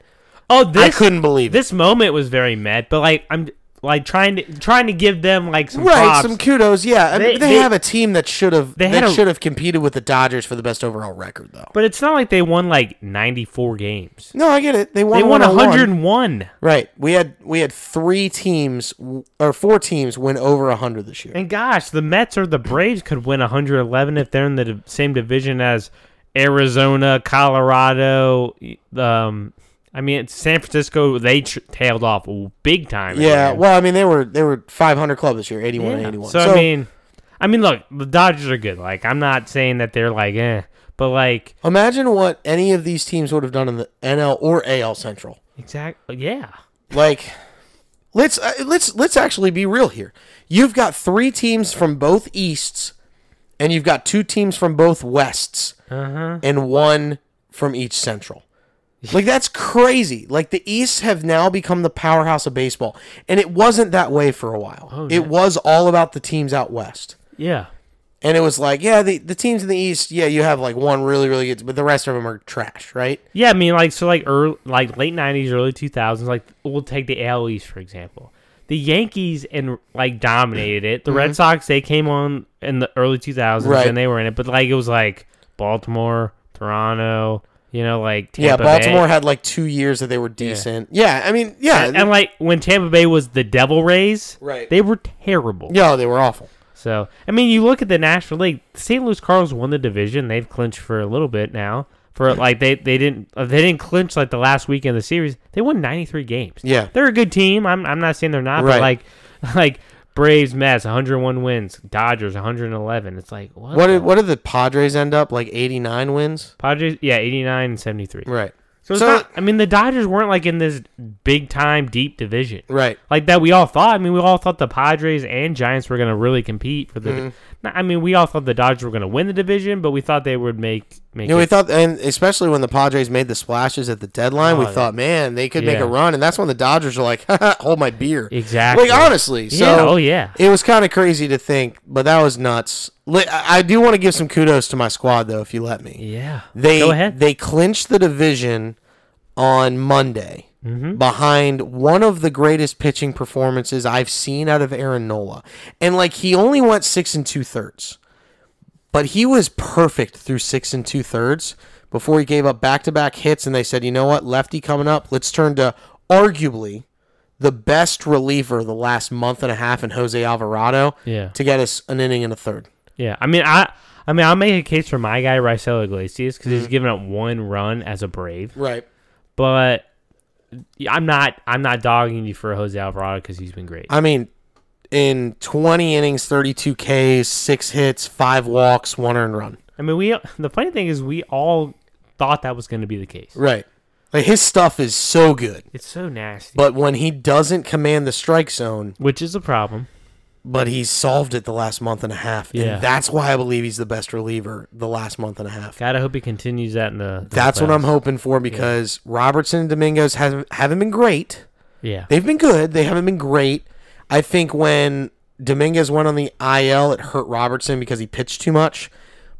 Speaker 3: oh, this
Speaker 2: I couldn't believe it.
Speaker 3: this moment was very met, but like I'm like trying to trying to give them like some
Speaker 2: Right,
Speaker 3: props.
Speaker 2: some kudos, yeah. I mean,
Speaker 3: They-
Speaker 2: they,
Speaker 3: they-
Speaker 2: have a team that should have
Speaker 3: They
Speaker 2: they
Speaker 3: had a-
Speaker 2: should have competed with the Dodgers for the best overall record, though.
Speaker 3: but it's not like they won like 94 games.
Speaker 2: No, I get it. They won.
Speaker 3: They won
Speaker 2: 101.
Speaker 3: 101.
Speaker 2: Right. We had we had three teams w- or four teams win over hundred this year.
Speaker 3: And gosh, the Mets or the Braves could win 111 if they're in the di- same division as Arizona, Colorado, um I mean, it's San Francisco, they tr- tailed off big time. at the
Speaker 2: Yeah.
Speaker 3: end.
Speaker 2: Well, I mean they were they were five hundred club this year, 81,
Speaker 3: Yeah.
Speaker 2: 81.
Speaker 3: So, I mean, I mean, look, the Dodgers are good. Like, I'm not saying that they're like, eh, but like,
Speaker 2: imagine what any of these teams would have done in the NL or AL Central.
Speaker 3: exactly, yeah,
Speaker 2: Like, let's uh, let's let's actually be real here. You've got three teams from both Easts, and you've got two teams from both Wests,
Speaker 3: Uh-huh.
Speaker 2: and one from each Central. Like that's crazy. Like the Easts have now become the powerhouse of baseball, and it wasn't that way for a while.
Speaker 3: Oh,
Speaker 2: it was all about the teams out west.
Speaker 3: yeah.
Speaker 2: And it was like, yeah, the, the teams in the East, yeah, you have like one really, really good, but the rest of them are trash, right?
Speaker 3: Yeah, I mean, like so, like early, like late '90s, early 2000s. Like we'll take the AL East for example. The Yankees and like dominated it. The Red Sox they came on in the early 2000s
Speaker 2: Mm-hmm. Right.
Speaker 3: and they were in it, but like it was like Baltimore, Toronto, you know, like Tampa
Speaker 2: yeah, Baltimore
Speaker 3: Bay.
Speaker 2: had like two years that they were decent. Yeah, I mean, yeah,
Speaker 3: And, and, like when Tampa Bay was the Devil Rays,
Speaker 2: Right.
Speaker 3: They were terrible.
Speaker 2: yeah, they were awful.
Speaker 3: So I mean, you look at the National League. The St. Louis Cardinals won the division. They've clinched for a little bit now. for like they they didn't uh, they didn't clinch like the last weekend of the series. They won 93 games.
Speaker 2: Yeah.
Speaker 3: They're a good team. I'm I'm not saying they're not,
Speaker 2: Right.
Speaker 3: but like like Braves, Mets, 101 wins, Dodgers 111. It's like what?
Speaker 2: What
Speaker 3: the-
Speaker 2: did what did the Padres end up like? Eighty nine wins.
Speaker 3: Padres? Yeah, 89 and 73.
Speaker 2: Right.
Speaker 3: So, it's
Speaker 2: So-
Speaker 3: not, I mean, the Dodgers weren't like in this big time deep division
Speaker 2: Right.
Speaker 3: like that we all thought. I mean, we all thought the Padres and Giants were going to really compete for the.
Speaker 2: Mm-hmm.
Speaker 3: Nah, I mean, we all thought the Dodgers were going to win the division, but we thought they would make make.
Speaker 2: You know, we
Speaker 3: it.
Speaker 2: thought, and especially when the Padres made the splashes at the deadline, we
Speaker 3: Oh, yeah.
Speaker 2: thought, man, they could make
Speaker 3: Yeah.
Speaker 2: a run, and that's when the Dodgers are like, hold my beer.
Speaker 3: Exactly.
Speaker 2: Like honestly, so
Speaker 3: Yeah, oh, yeah.
Speaker 2: it was kind of crazy to think, but that was nuts. Li- I I do want to give some kudos to my squad though, if you let me.
Speaker 3: yeah.
Speaker 2: They
Speaker 3: go ahead.
Speaker 2: they clinched the division on Monday
Speaker 3: Mm-hmm.
Speaker 2: behind one of the greatest pitching performances I've seen out of Aaron Nola. And like he only went six and two thirds. But he was perfect through six and two thirds before he gave up back to back hits and they said, you know what, lefty coming up, let's turn to arguably the best reliever the last month and a half in Jose Alvarado
Speaker 3: Yeah.
Speaker 2: to get us an inning and a third.
Speaker 3: yeah. I mean, I. I mean, I'll make a case for my guy Rysel Iglesias because
Speaker 2: Mm-hmm.
Speaker 3: he's given up one run as a Brave,
Speaker 2: Right.
Speaker 3: but I'm not. I'm not dogging you for Jose Alvarado because he's been great.
Speaker 2: I mean, in 20 innings, 32 Ks, six hits, five walks, one earned run.
Speaker 3: I mean, we. The funny thing is, we all thought that was going to be the case.
Speaker 2: Right. Like his stuff is so good,
Speaker 3: It's so nasty,
Speaker 2: but when he doesn't command the strike zone,
Speaker 3: which is a problem.
Speaker 2: but he's solved it the last month and a half,
Speaker 3: Yeah.
Speaker 2: and that's why I believe he's the best reliever the last month and a half.
Speaker 3: God, I hope he continues that in the.
Speaker 2: That's what I'm
Speaker 3: hoping.
Speaker 2: hoping for because Robertson and Domingos haven't haven't been great.
Speaker 3: Yeah.
Speaker 2: They've been good. They haven't been great. I think when Dominguez went on the IL, it hurt Robertson because he pitched too much.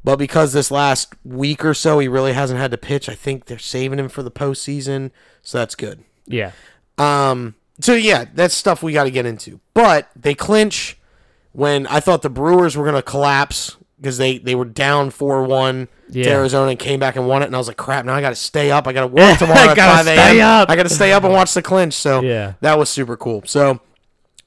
Speaker 2: But because this last week or so he really hasn't had to pitch, I think they're saving him for the postseason. So that's good.
Speaker 3: Yeah.
Speaker 2: Um, so yeah, that's stuff we got to get into. But they clinch when I thought the Brewers were gonna collapse because they they were down four one to
Speaker 3: Yeah.
Speaker 2: Arizona and came back and won it, and I was like, crap, now I got to stay up, I got to work tomorrow at
Speaker 3: Gotta
Speaker 2: five
Speaker 3: stay
Speaker 2: a.m.
Speaker 3: up.
Speaker 2: I got to stay up and watch the clinch. So
Speaker 3: Yeah.
Speaker 2: that was super cool. So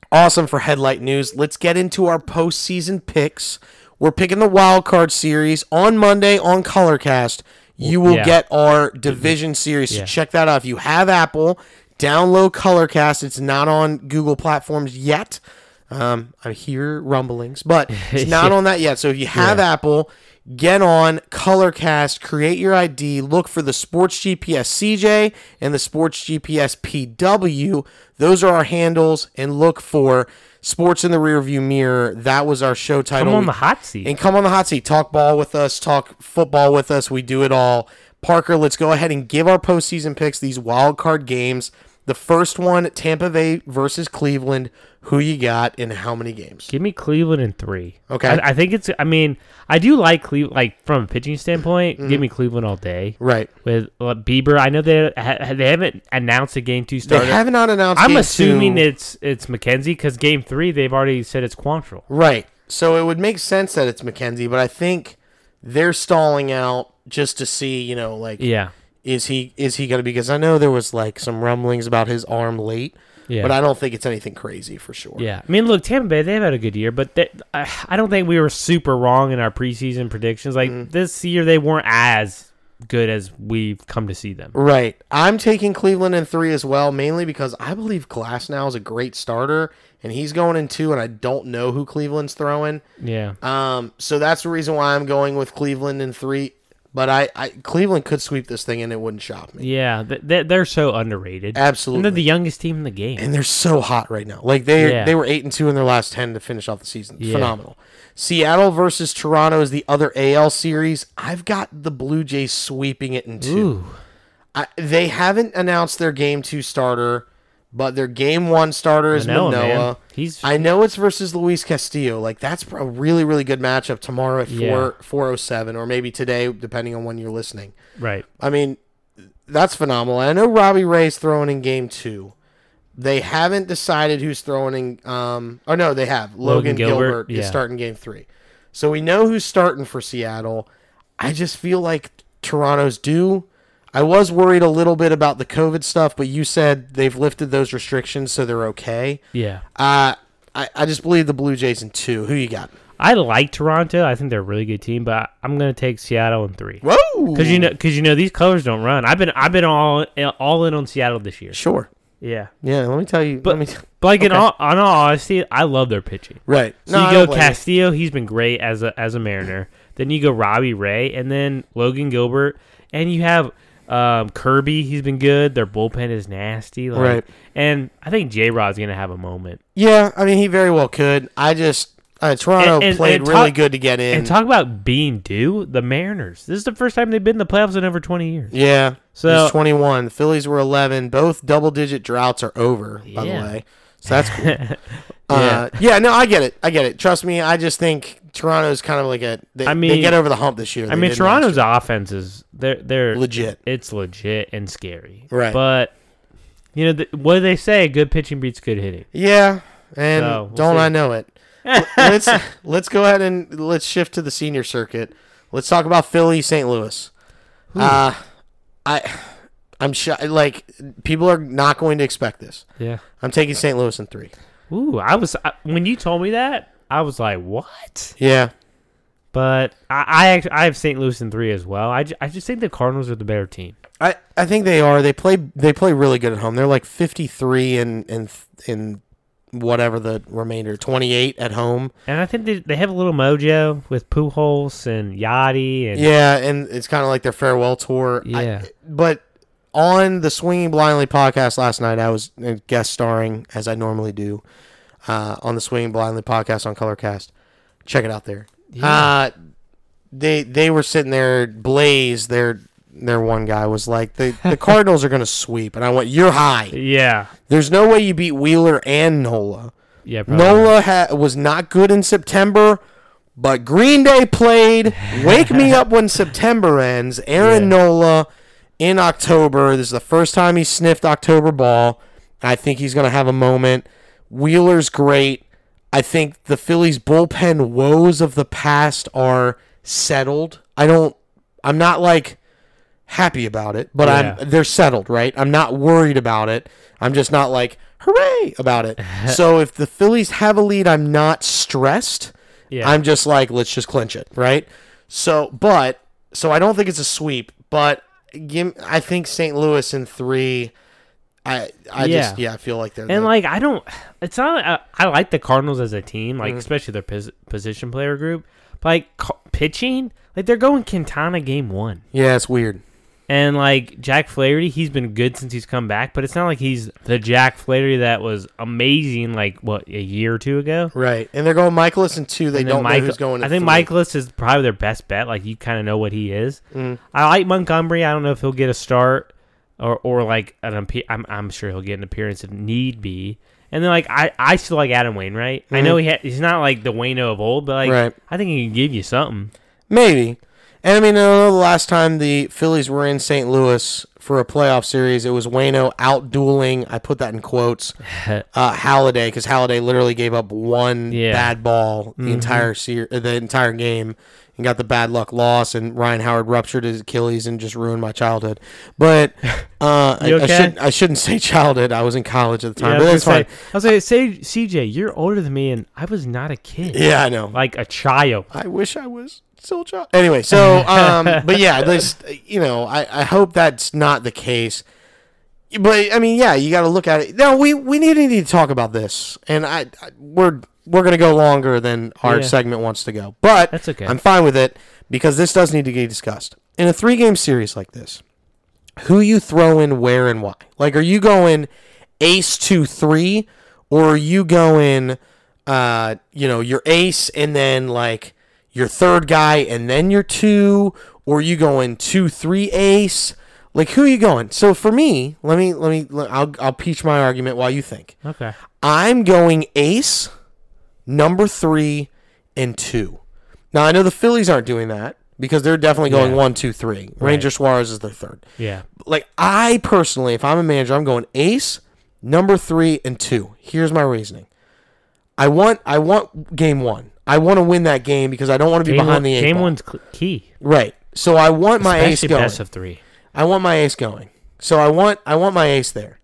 Speaker 2: awesome for headlight news. Let's get into our postseason picks. We're picking the wild card series on Monday on Colorcast. You will
Speaker 3: Yeah. Mm-hmm.
Speaker 2: get our division series. So
Speaker 3: Yeah.
Speaker 2: check that out. If you have Apple, download Colorcast. It's not on Google platforms yet. Um, I hear rumblings, but it's not on that yet. So if you have Apple, get on Colorcast, create your ID, look for the Sports GPS CJ and the Sports GPS PW. Those are our handles, and look for Sports in the Rearview Mirror. That was our show title.
Speaker 3: I'm on
Speaker 2: We-
Speaker 3: the hot seat.
Speaker 2: and come on the hot seat. Talk ball with us. Talk football with us. We do it all. Parker, let's go ahead and give our postseason picks these wild card games. The first one, Tampa Bay versus Cleveland. Who you got and how many games?
Speaker 3: Give me Cleveland in three.
Speaker 2: Okay.
Speaker 3: I, I think it's. I mean, I do like Cleveland. Like from a pitching standpoint,
Speaker 2: Mm-hmm.
Speaker 3: give me Cleveland all day.
Speaker 2: Right.
Speaker 3: With uh, Bieber, I know they ha- they haven't announced a game two
Speaker 2: They
Speaker 3: starter.
Speaker 2: have not announced.
Speaker 3: I'm
Speaker 2: game
Speaker 3: assuming
Speaker 2: two.
Speaker 3: it's it's McKenzie because game three they've already said it's Quantrill.
Speaker 2: Right. So it would make sense that it's McKenzie, but I think they're stalling out just to see, you know, like
Speaker 3: Yeah.
Speaker 2: is he is he going to be? Because I know there was like some rumblings about his arm late,
Speaker 3: Yeah.
Speaker 2: but I don't think it's anything crazy for sure.
Speaker 3: Yeah, I mean, look, Tampa Bay, they've had a good year, but they, I, I don't think we were super wrong in our preseason predictions. Like
Speaker 2: Mm-hmm.
Speaker 3: this year, they weren't as good as we've come to see them.
Speaker 2: Right. I'm taking Cleveland in three as well, mainly because I believe Glass now is a great starter, and he's going in two, and I don't know who Cleveland's throwing.
Speaker 3: Yeah,
Speaker 2: Um, so that's the reason why I'm going with Cleveland in three. But I, I Cleveland could sweep this thing, and it wouldn't shock me.
Speaker 3: yeah, th- they, they're so underrated. And
Speaker 2: Absolutely.
Speaker 3: they're the youngest team in the game.
Speaker 2: and they're so hot right now. Like they
Speaker 3: Yeah.
Speaker 2: they were eight and two in their last ten to finish off the season.
Speaker 3: Yeah.
Speaker 2: Phenomenal. Seattle versus Toronto is the other AL series. I've got the Blue Jays sweeping it in two.
Speaker 3: Ooh,
Speaker 2: I, they haven't announced their game two starter, but their game one starter is
Speaker 3: Manoa,
Speaker 2: Manoa.
Speaker 3: man. He's-
Speaker 2: I know it's versus Luis Castillo. Like that's a really really good matchup tomorrow at
Speaker 3: Yeah.
Speaker 2: four four oh seven or maybe today depending on when you're listening.
Speaker 3: right.
Speaker 2: I mean, that's phenomenal. I know Robbie Ray's throwing in game two. They haven't decided who's throwing in. Um, oh no, they have. Logan,
Speaker 3: Logan
Speaker 2: Gilbert,
Speaker 3: Gilbert,
Speaker 2: is
Speaker 3: yeah.
Speaker 2: starting game three, so we know who's starting for Seattle. I just feel like Toronto's due. I was worried a little bit about the COVID stuff, but you said they've lifted those restrictions, so they're okay.
Speaker 3: Yeah,
Speaker 2: Uh, I I just believe the Blue Jays in two. Who you got?
Speaker 3: I like Toronto. I think they're a really good team, but I'm gonna take Seattle in three.
Speaker 2: Whoa.
Speaker 3: Because you know, because you know, these colors don't run. I've been, I've been all, all in on Seattle this year.
Speaker 2: Sure.
Speaker 3: Yeah,
Speaker 2: Yeah. Let me tell you.
Speaker 3: But-
Speaker 2: let me t-
Speaker 3: but like in
Speaker 2: Okay.
Speaker 3: all, on all honesty, I love their pitching.
Speaker 2: right.
Speaker 3: So
Speaker 2: I
Speaker 3: you
Speaker 2: don't
Speaker 3: go
Speaker 2: blame you.
Speaker 3: Castillo, he's been great as a as a Mariner. Then you go Robbie Ray, and then Logan Gilbert, and you have um, Kirby. He's been good. Their bullpen is nasty. Like,
Speaker 2: Right.
Speaker 3: And I think J Rod's gonna have a moment.
Speaker 2: Yeah. I mean, he very well could. I just uh, Toronto
Speaker 3: And- and-
Speaker 2: played
Speaker 3: and
Speaker 2: really
Speaker 3: talk-
Speaker 2: good to get in.
Speaker 3: And talk about being due the Mariners. This is the first time they've been in the playoffs in over twenty years.
Speaker 2: yeah.
Speaker 3: So-
Speaker 2: he's 21. The Phillies were 11. Both double-digit droughts are over. By the
Speaker 3: Yeah.
Speaker 2: way. So that's cool. Uh, yeah, no, I get it. I get it. Trust me, I just think Toronto's kind of like a. They,
Speaker 3: I
Speaker 2: they
Speaker 3: mean-
Speaker 2: get over the hump this year.
Speaker 3: I
Speaker 2: They
Speaker 3: mean,
Speaker 2: didn't last
Speaker 3: Toronto's offense is they're they're
Speaker 2: year. legit.
Speaker 3: it's legit and scary.
Speaker 2: Right.
Speaker 3: But you know th- what do they say? Good pitching beats good hitting.
Speaker 2: Yeah, and
Speaker 3: So, we'll
Speaker 2: don't
Speaker 3: see.
Speaker 2: I know it? let's let's go ahead and let's shift to the senior circuit. Let's talk about Philly, St. Louis. Uh, I, I'm sure like people are not going to expect this.
Speaker 3: Yeah.
Speaker 2: I'm taking St. Louis in three.
Speaker 3: Ooh, I was I, when you told me that I was like, what?
Speaker 2: Yeah,
Speaker 3: But I I, act- I have St. Louis in three as well. I, ju- I just think the Cardinals are the better team.
Speaker 2: I, I think they are. They play they play really good at home. They're like 53 and and and whatever the remainder 28 at home.
Speaker 3: And I think they, they have a little mojo with Pujols and Yachty and
Speaker 2: Yeah, and it's kind of like their farewell tour. I-
Speaker 3: Yeah.
Speaker 2: but on the Swinging Blindly podcast last night, I was uh, guest starring as I normally do uh, on the Swinging Blindly podcast on Colorcast. Check it out there. Uh, they they were sitting there. Blaze, their their one guy was like, the the Cardinals are going to sweep, and I went, you're high.
Speaker 3: yeah
Speaker 2: There's no way you beat Wheeler and Nola.
Speaker 3: yeah probably.
Speaker 2: Nola ha- was not good in September, but Green Day played Wake Me Up When September Ends, Aaron Nola in October. This is the first time he sniffed October ball. I think he's going to have a moment. Wheeler's great. I think the Phillies bullpen woes of the past are settled. I don't I'm not like happy about it, but
Speaker 3: Yeah.
Speaker 2: I'm they're settled, right? I'm not worried about it. I'm just not like hooray about it. so if the Phillies have a lead, I'm not stressed.
Speaker 3: Yeah.
Speaker 2: I'm just like let's just clinch it, right? So, but so I don't think it's a sweep, but give, I think St. Louis in 3 I I just
Speaker 3: Yeah.
Speaker 2: yeah, I feel like they're
Speaker 3: and
Speaker 2: the-
Speaker 3: like I don't it's not uh, I like the Cardinals as a team like especially their pos- position player group but like co- pitching like they're going Quintana game one
Speaker 2: yeah, it's weird.
Speaker 3: And like Jack Flaherty, he's been good since he's come back, but it's not like he's the Jack Flaherty that was amazing like what a year or two ago.
Speaker 2: Right. And they're going Michaelis in 2. They
Speaker 3: And then
Speaker 2: don't
Speaker 3: Mike-
Speaker 2: know who's going in
Speaker 3: I think
Speaker 2: three.
Speaker 3: Michaelis is probably their best bet. Like you kind of know what he is.
Speaker 2: Mm-hmm.
Speaker 3: I like Montgomery. I don't know if he'll get a start or or like an appear. I'm I'm sure he'll get an appearance if need be. And then like I I still like Adam Wainwright. I know he ha- he's not like the Wayno of old, but like
Speaker 2: Mm-hmm. Right.
Speaker 3: I think he can give you something.
Speaker 2: Maybe. And I mean, I know the last time the Phillies were in St. Louis for a playoff series, it was Wayno outdueling. I put that in quotes. Uh, Halliday, because Halliday literally gave up one
Speaker 3: Yeah. Mm-hmm.
Speaker 2: bad ball the entire ser- the entire game, and got the bad luck loss. And Ryan Howard ruptured his Achilles and just ruined my childhood. But uh, I,
Speaker 3: You
Speaker 2: I
Speaker 3: okay?
Speaker 2: should I shouldn't say childhood. I was in college at the time,
Speaker 3: I
Speaker 2: but that's
Speaker 3: was gonna
Speaker 2: fine.
Speaker 3: say, I was like, say CJ, you're older than me, and I was not a kid.
Speaker 2: Yeah, I know.
Speaker 3: like a child.
Speaker 2: I wish I was still a child. Anyway, so um, but yeah, this you know, I, I hope that's not the case. But I mean, yeah, you got to look at it. No, we we need, need to talk about this, and I, I we're we're gonna go longer than our
Speaker 3: Yeah.
Speaker 2: segment wants to go, but
Speaker 3: That's okay.
Speaker 2: I'm fine with it because this does need to get discussed in a three game series like this. Who you throw in, where and why? Like, are you going ace two three, or are you going, uh, you know, your ace and then like your third guy and then your two, or are you going two three ace? Like, who are you going? So for me, let me let me let- I'll I'll peach my argument while you think.
Speaker 3: Okay.
Speaker 2: I'm going ace, number three, and two. Now I know the Phillies aren't doing that because they're definitely going
Speaker 3: Yeah.
Speaker 2: one, two, three. Ranger Suarez is their third.
Speaker 3: Yeah.
Speaker 2: Like I personally, if I'm a manager, I'm going ace, number three, and two. Here's my reasoning. I want I want game one. I want to win that game because I don't want to be
Speaker 3: Game,
Speaker 2: behind
Speaker 3: one,
Speaker 2: the eight
Speaker 3: game
Speaker 2: ball.
Speaker 3: one's cl- key.
Speaker 2: Right. So I want my ace
Speaker 3: Especially
Speaker 2: going.
Speaker 3: best of three.
Speaker 2: I want my ace going. So I want I want my ace there.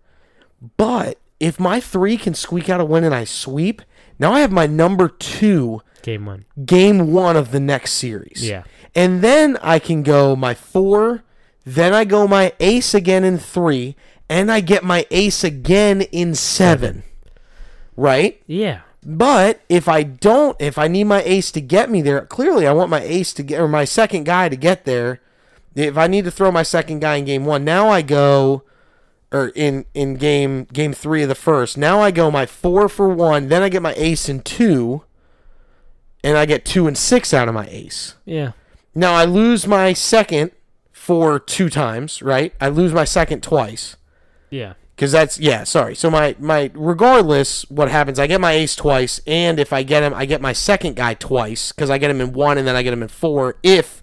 Speaker 2: But if my three can squeak out a win and I sweep, now I have my number two
Speaker 3: Game one.
Speaker 2: game one of the next series.
Speaker 3: Yeah.
Speaker 2: And then I can go my four, then I go my ace again in three, and I get my ace again in seven. Right?
Speaker 3: Yeah.
Speaker 2: But if I don't, if I need my ace to get me there, clearly I want my ace to get, or my second guy to get there. If I need to throw my second guy in game one, now I go, or in in game game three of the first. Now I go my four for one. Then I get my ace in two, and I get two and six out of my ace.
Speaker 3: Yeah.
Speaker 2: Now I lose my second for two times, right? I lose my second twice.
Speaker 3: Yeah.
Speaker 2: Because that's yeah, sorry. So my my regardless what happens, I get my ace twice, and if I get him, I get my second guy twice because I get him in one and then I get him in four. If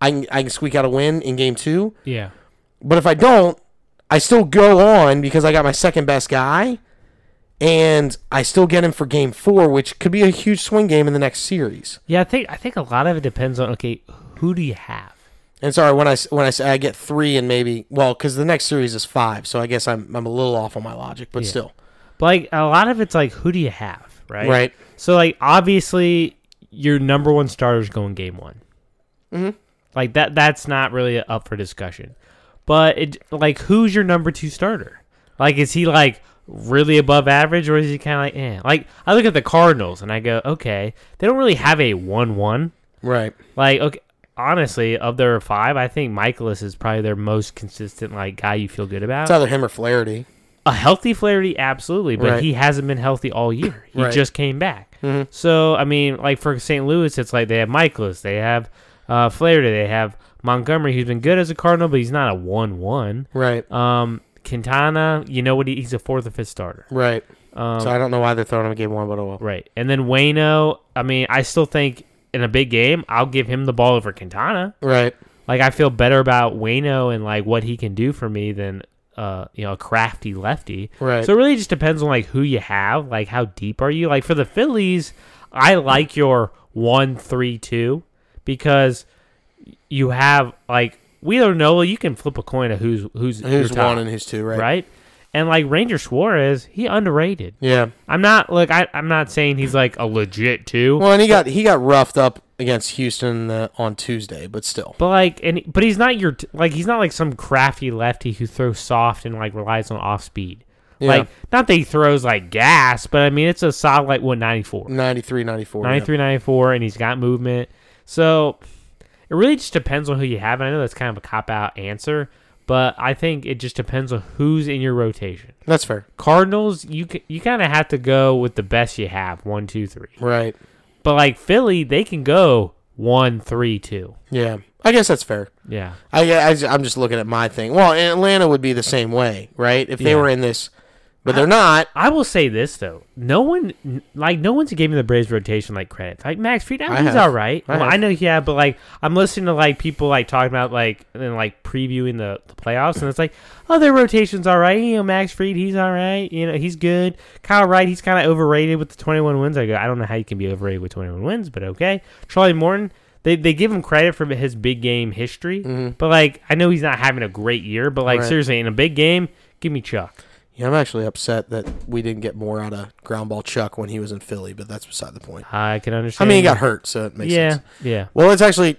Speaker 2: I can, I can squeak out a win in game two,
Speaker 3: Yeah.
Speaker 2: but if I don't, I still go on because I got my second best guy, and I still get him for game four, which could be a huge swing game in the next series.
Speaker 3: Yeah. I think I think a lot of it depends on okay, who do you have?
Speaker 2: And sorry when I s- when I say I get three and maybe well because the next series is five, so I guess I'm I'm a little off on my logic, but
Speaker 3: Yeah.
Speaker 2: still
Speaker 3: But like a lot of it's like who do you have, right?
Speaker 2: Right.
Speaker 3: So like obviously your number one starter's going game one. Mm-hmm. Like that that's not really up for discussion. But it like who's your number two starter? Like is he like really above average or is he kind of like eh? Like I look at the Cardinals and I go okay they don't really have a one one
Speaker 2: right.
Speaker 3: like okay. Honestly, of their five, I think Michaelis is probably their most consistent like guy you feel good about
Speaker 2: It's either him or Flaherty.
Speaker 3: a healthy Flaherty, absolutely, but
Speaker 2: Right.
Speaker 3: he hasn't been healthy all year. He
Speaker 2: Right. Mm-hmm.
Speaker 3: just came back. So I mean, like for St. Louis, it's like they have Michaelis, they have uh, Flaherty, they have Montgomery, who's been good as a Cardinal, but he's not a one-one.
Speaker 2: Right.
Speaker 3: Um, Quintana, you know what? He, he's a fourth or fifth starter,
Speaker 2: Right. so I don't know why they're throwing him a game one, but oh well.
Speaker 3: Um, right? And then Wayno, I mean, I still think in a big game, I'll give him the ball over Quintana.
Speaker 2: Right.
Speaker 3: Like I feel better about Wayno and like what he can do for me than uh you know a crafty lefty.
Speaker 2: Right.
Speaker 3: So it really just depends on like who you have, like how deep are you. Like for the Phillies, I like your one three two because you have like we don't know. You can flip a coin of who's who's your
Speaker 2: Who's
Speaker 3: top,
Speaker 2: one and who's two? Right.
Speaker 3: right. And like Ranger Suarez, he underrated.
Speaker 2: Yeah.
Speaker 3: I'm not look. I, I'm not saying he's like a legit two.
Speaker 2: Well, and he got he got roughed up against Houston uh, on Tuesday, but still.
Speaker 3: But like, and but he's not your like he's not like some crafty lefty who throws soft and like relies on off speed.
Speaker 2: Yeah.
Speaker 3: Like, not that he throws like gas, but I mean it's a solid like what 94,
Speaker 2: 93, 94. Mm, yeah.
Speaker 3: 93, 94, and he's got movement. So it really just depends on who you have. And I know that's kind of a cop out answer, but I think it just depends on who's in your rotation.
Speaker 2: That's fair.
Speaker 3: Cardinals, you c- you kind of have to go with the best you have one, two, three.
Speaker 2: Right.
Speaker 3: But like Philly, they can go one, three, two.
Speaker 2: Yeah. I guess that's fair.
Speaker 3: Yeah,
Speaker 2: I, I am just looking at my thing. Well, and Atlanta would be the same way, right? If they
Speaker 3: Yeah.
Speaker 2: were in this, but they're not.
Speaker 3: I will say this though, no one n- like no one's giving the Braves rotation like credit. Like Max Fried,
Speaker 2: I
Speaker 3: he's
Speaker 2: have.
Speaker 3: all right.
Speaker 2: I
Speaker 3: I, well,
Speaker 2: have.
Speaker 3: I know, yeah, but like I'm listening to like people like talking about like and then, like previewing the, the playoffs, and it's like, oh, their rotation's all right. You know, Max Fried, he's all right. You know, he's good. Kyle Wright, he's kind of overrated with the 21 wins. I go, I don't know how you can be overrated with 21 wins, but okay. Charlie Morton. They, they give him credit for his big game history, but like I know he's not having a great year. But like
Speaker 2: Mm-hmm. Right.
Speaker 3: seriously, in a big game, give me Chuck.
Speaker 2: Yeah, I'm actually upset that we didn't get more out of ground ball Chuck when he was in Philly, but that's beside the point.
Speaker 3: I can
Speaker 2: I
Speaker 3: understand.
Speaker 2: mean, he got hurt, so it makes
Speaker 3: yeah,
Speaker 2: sense.
Speaker 3: yeah.
Speaker 2: Well, it's actually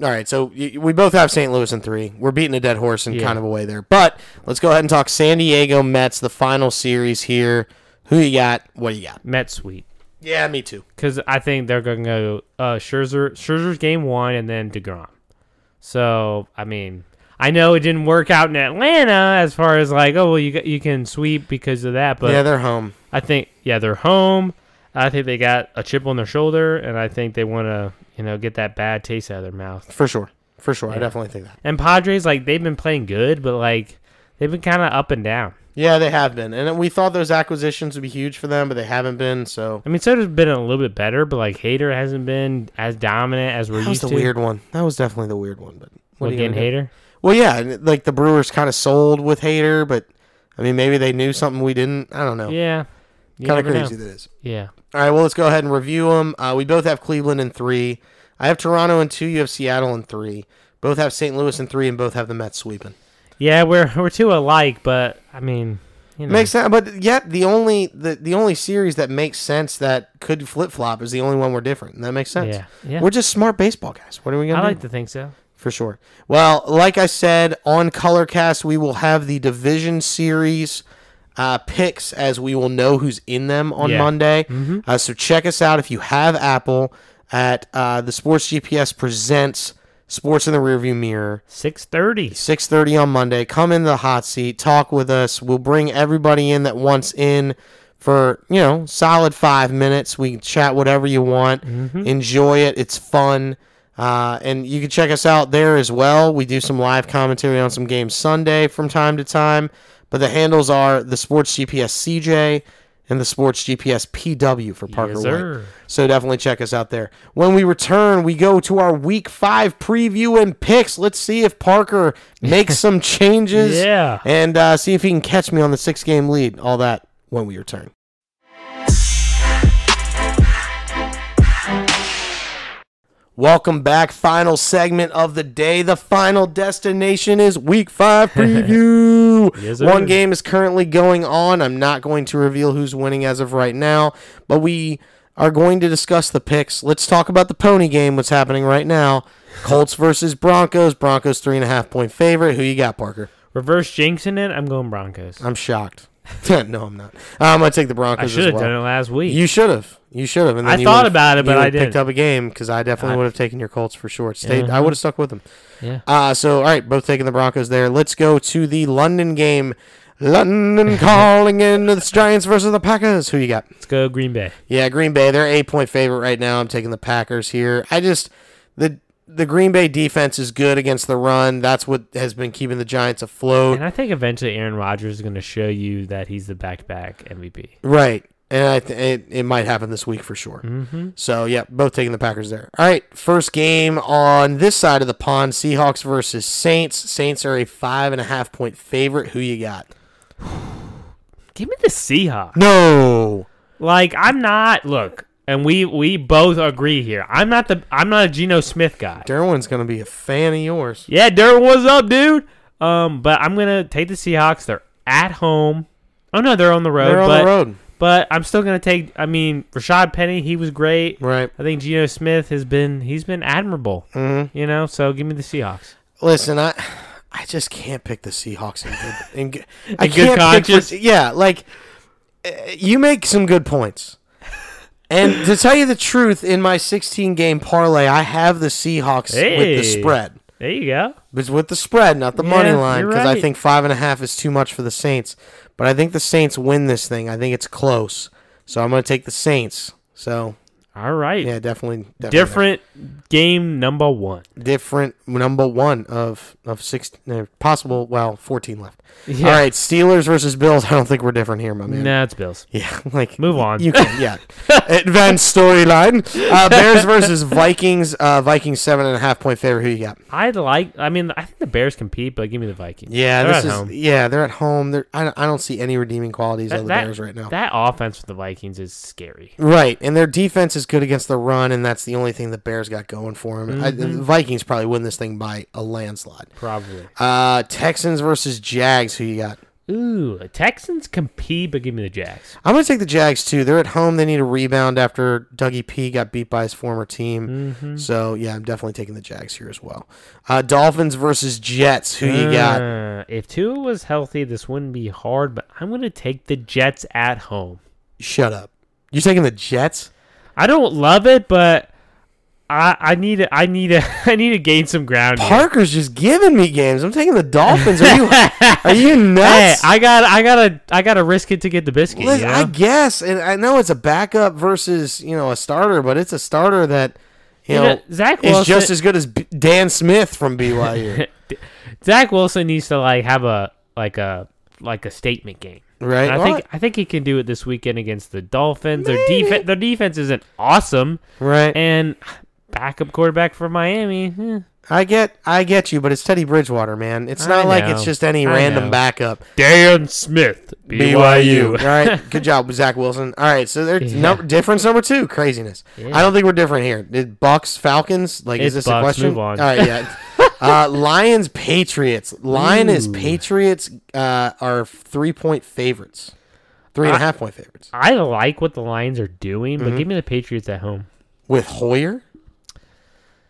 Speaker 2: all right. So y- we both have St. Louis in three. We're beating a dead horse in
Speaker 3: Yeah.
Speaker 2: kind of a way there, but let's go ahead and talk San Diego Mets, the final series here. Who you got? What you got?
Speaker 3: Met sweep
Speaker 2: Yeah, me too.
Speaker 3: because I think they're going to go uh, Scherzer, Scherzer's game one, and then Degrom. So I mean, I know it didn't work out in Atlanta as far as like, oh well, you got- you can sweep because of that, but
Speaker 2: yeah, they're home.
Speaker 3: I think yeah, they're home. I think they got a chip on their shoulder, and I think they want to you know get that bad taste out of their mouth.
Speaker 2: For sure. For sure. I
Speaker 3: Yeah.
Speaker 2: definitely think that.
Speaker 3: And Padres like they've been playing good, but like they've been kind of up and down.
Speaker 2: Yeah, they have been. And we thought those acquisitions would be huge for them, but they haven't been. So
Speaker 3: I mean, Soto's been a little bit better, but like Hater hasn't been as dominant as we're
Speaker 2: that was
Speaker 3: used
Speaker 2: the
Speaker 3: to.
Speaker 2: weird one. That was definitely the weird one. But what
Speaker 3: Well,
Speaker 2: are you
Speaker 3: getting
Speaker 2: gonna do?
Speaker 3: Hater.
Speaker 2: Well, yeah, and, like the Brewers kind of sold with Hater, but I mean, maybe they knew something we didn't. I don't know.
Speaker 3: Yeah. You
Speaker 2: kind of
Speaker 3: never know.
Speaker 2: Oh. crazy that is.
Speaker 3: Yeah.
Speaker 2: All right, well, let's go ahead and review them. Uh, we both have Cleveland in three. I have Toronto in two. You have Seattle in three. Both have St. Louis in three, and both have the Mets sweeping.
Speaker 3: Yeah, we're we're two alike, but I mean, you know.
Speaker 2: Makes sense, but yet the only the, the only series that makes sense that could flip flop is the only one we're different, and that makes sense.
Speaker 3: Yeah, yeah.
Speaker 2: We're just smart baseball guys. What are we gonna
Speaker 3: I
Speaker 2: do?
Speaker 3: like to think so.
Speaker 2: For sure. Well, like I said, on Colorcast, we will have the division series uh, picks as we will know who's in them on
Speaker 3: Yeah.
Speaker 2: Monday. Uh, so check us out if you have Apple at uh, the Sports GPS presents Sports in the Rearview Mirror.
Speaker 3: Six thirty.
Speaker 2: 6.30 on monday come in the hot seat talk with us we'll bring everybody in that wants in for you know solid five minutes we can chat whatever you want
Speaker 3: Mm-hmm.
Speaker 2: enjoy it it's fun uh, and you can check us out there as well we do some live commentary on some games sunday from time to time but the handles are the sports gps cj and the sports gps pw for parker
Speaker 3: Yes,
Speaker 2: White.
Speaker 3: sir.
Speaker 2: So definitely check us out there. When we return, we go to our week five preview and picks. Let's see if Parker makes some changes.
Speaker 3: Yeah.
Speaker 2: And uh, see if he can catch me on the six game lead. All that when we return. Welcome back. Final segment of the day. The final destination is week five preview.
Speaker 3: Yes, sir.
Speaker 2: One game is currently going on. I'm not going to reveal who's winning as of right now, but we are going to discuss the picks. Let's talk about the pony game, what's happening right now. Colts versus Broncos. Broncos three and a half point favorite. Who you got, Parker?
Speaker 3: Reverse jinxing it. I'm going Broncos.
Speaker 2: I'm shocked. no, I'm not. I'm gonna take the
Speaker 3: I
Speaker 2: Broncos.
Speaker 3: should have
Speaker 2: as well.
Speaker 3: done it last week.
Speaker 2: You should have. You should have. And
Speaker 3: I
Speaker 2: you
Speaker 3: thought
Speaker 2: would've-
Speaker 3: about it,
Speaker 2: you
Speaker 3: but I
Speaker 2: would've picked
Speaker 3: didn't.
Speaker 2: up a game because I definitely
Speaker 3: I- Mm-hmm.
Speaker 2: would have taken your Colts for sure. Stayed. I would have stuck with them.
Speaker 3: yeah.
Speaker 2: Uh, so all right, both taking the Broncos there. Let's go to the London game. London calling in the Giants versus the Packers. Who you got?
Speaker 3: Let's go Green Bay.
Speaker 2: Yeah, Green Bay. They're eight point favorite right now. I'm taking the Packers here. I just the the Green Bay defense is good against the run. That's what has been keeping the Giants afloat.
Speaker 3: And I think eventually Aaron Rodgers is going to show you that he's the back-to-back MVP.
Speaker 2: Right. And I th- it, it might happen this week for sure. Mm-hmm. So, yeah, both taking the Packers there. All right, first game on this side of the pond Seahawks versus Saints. Saints are a five and a half point favorite. Who you got?
Speaker 3: Give me the Seahawks.
Speaker 2: No.
Speaker 3: Like I'm not. Look, and we we both agree here. I'm not the. I'm not a Geno Smith guy.
Speaker 2: Derwin's going to be a fan of yours.
Speaker 3: Yeah, Derwin, what's up, dude? Um, but I'm gonna take the Seahawks. They're at home. Oh no, they're on the road.
Speaker 2: They're on
Speaker 3: but,
Speaker 2: the road.
Speaker 3: But I'm still gonna take. I mean, Rashad Penny, he was great.
Speaker 2: Right.
Speaker 3: I think Geno Smith has been he's been admirable.
Speaker 2: Mhm.
Speaker 3: You know, so give me the Seahawks.
Speaker 2: Listen, I. I just can't pick the Seahawks in good, in, good- I
Speaker 3: In good
Speaker 2: can't
Speaker 3: conscience?
Speaker 2: Pick, for- yeah, like uh, you make some good points. And to tell you the truth, in my 16 game parlay, I have the Seahawks with the
Speaker 3: Hey.
Speaker 2: spread.
Speaker 3: There you go.
Speaker 2: But it's with the spread, not the money
Speaker 3: Yeah,
Speaker 2: line,
Speaker 3: you're
Speaker 2: because I
Speaker 3: right.
Speaker 2: think five and a half is too much for the Saints. But I think the Saints win this thing. I think it's close, so I'm going to take the Saints. So
Speaker 3: All right.
Speaker 2: yeah, definitely, definitely
Speaker 3: Different game number one.
Speaker 2: different number one of of six no, possible. Well, 14 left.
Speaker 3: Yeah.
Speaker 2: All right, Steelers versus Bills. I don't think we're different here, my man.
Speaker 3: Nah, it's Bills.
Speaker 2: Yeah, like
Speaker 3: Move on.
Speaker 2: You can, yeah. Advanced storyline. Uh, Bears versus Vikings. Uh, Vikings seven and a half point favorite. Who you got?
Speaker 3: I'd like. I mean, I think the Bears compete, but give me the Vikings.
Speaker 2: Yeah,
Speaker 3: They're
Speaker 2: this
Speaker 3: at
Speaker 2: is
Speaker 3: home.
Speaker 2: yeah. They're at home. They're I don't, I don't see any redeeming qualities
Speaker 3: That,
Speaker 2: of the
Speaker 3: that-
Speaker 2: Bears right now.
Speaker 3: that offense for the Vikings is scary.
Speaker 2: right, and their defense is good against the run, and that's the only thing the Bears got going for them. I,
Speaker 3: Mm-hmm.
Speaker 2: the Vikings probably win this thing by a landslide.
Speaker 3: Probably.
Speaker 2: Uh, Texans versus Jags. Who you got?
Speaker 3: Ooh, Texans compete, but give me the Jags.
Speaker 2: I'm gonna take the Jags too. They're at home. They need a rebound after Dougie P got beat by his former team.
Speaker 3: Mm-hmm.
Speaker 2: So yeah, I'm definitely taking the Jags here as well. Uh, Dolphins versus Jets. Who you got?
Speaker 3: Uh, if Tua was healthy, this wouldn't be hard. But I'm gonna take the Jets at home.
Speaker 2: Shut up. You taking the Jets?
Speaker 3: I don't love it, but I I need a, I need a I need to gain some ground. here.
Speaker 2: Parker's just giving me games. I'm taking the Dolphins. Are you are you
Speaker 3: Hey,
Speaker 2: nuts?
Speaker 3: I got I gotta I gotta risk it to get the biscuit.
Speaker 2: Listen,
Speaker 3: you
Speaker 2: I
Speaker 3: know?
Speaker 2: guess, and I know it's a backup versus you know a starter, but it's a starter that you,
Speaker 3: You
Speaker 2: know,
Speaker 3: know, Zach
Speaker 2: is
Speaker 3: Wilson-
Speaker 2: just as good as B- Dan Smith from BYU,
Speaker 3: Zach Wilson needs to like have a like a like a statement game.
Speaker 2: right?
Speaker 3: And I
Speaker 2: Well,
Speaker 3: think I think he can do it this weekend against the Dolphins. Their defense their defense isn't awesome,
Speaker 2: right.
Speaker 3: and backup quarterback for Miami. eh,
Speaker 2: I get, I get you, but it's Teddy Bridgewater, man. It's
Speaker 3: I
Speaker 2: not like it's
Speaker 3: know.
Speaker 2: just any
Speaker 3: I
Speaker 2: random
Speaker 3: know.
Speaker 2: backup.
Speaker 3: Dan Smith,
Speaker 2: All right, good job, Zach Wilson. All right, so there's
Speaker 3: Yeah.
Speaker 2: num- difference number two, craziness. I don't think we're different here. Did Bucks Falcons? Like, is this
Speaker 3: It's
Speaker 2: a
Speaker 3: Bucks,
Speaker 2: question?
Speaker 3: move on.
Speaker 2: All right, yeah. uh, Lions Patriots. Lion is
Speaker 3: Ooh.
Speaker 2: Patriots uh, are three point favorites, three and a
Speaker 3: I-
Speaker 2: half point favorites
Speaker 3: I like what the Lions are doing, but give me the Patriots at home.
Speaker 2: with Hoyer.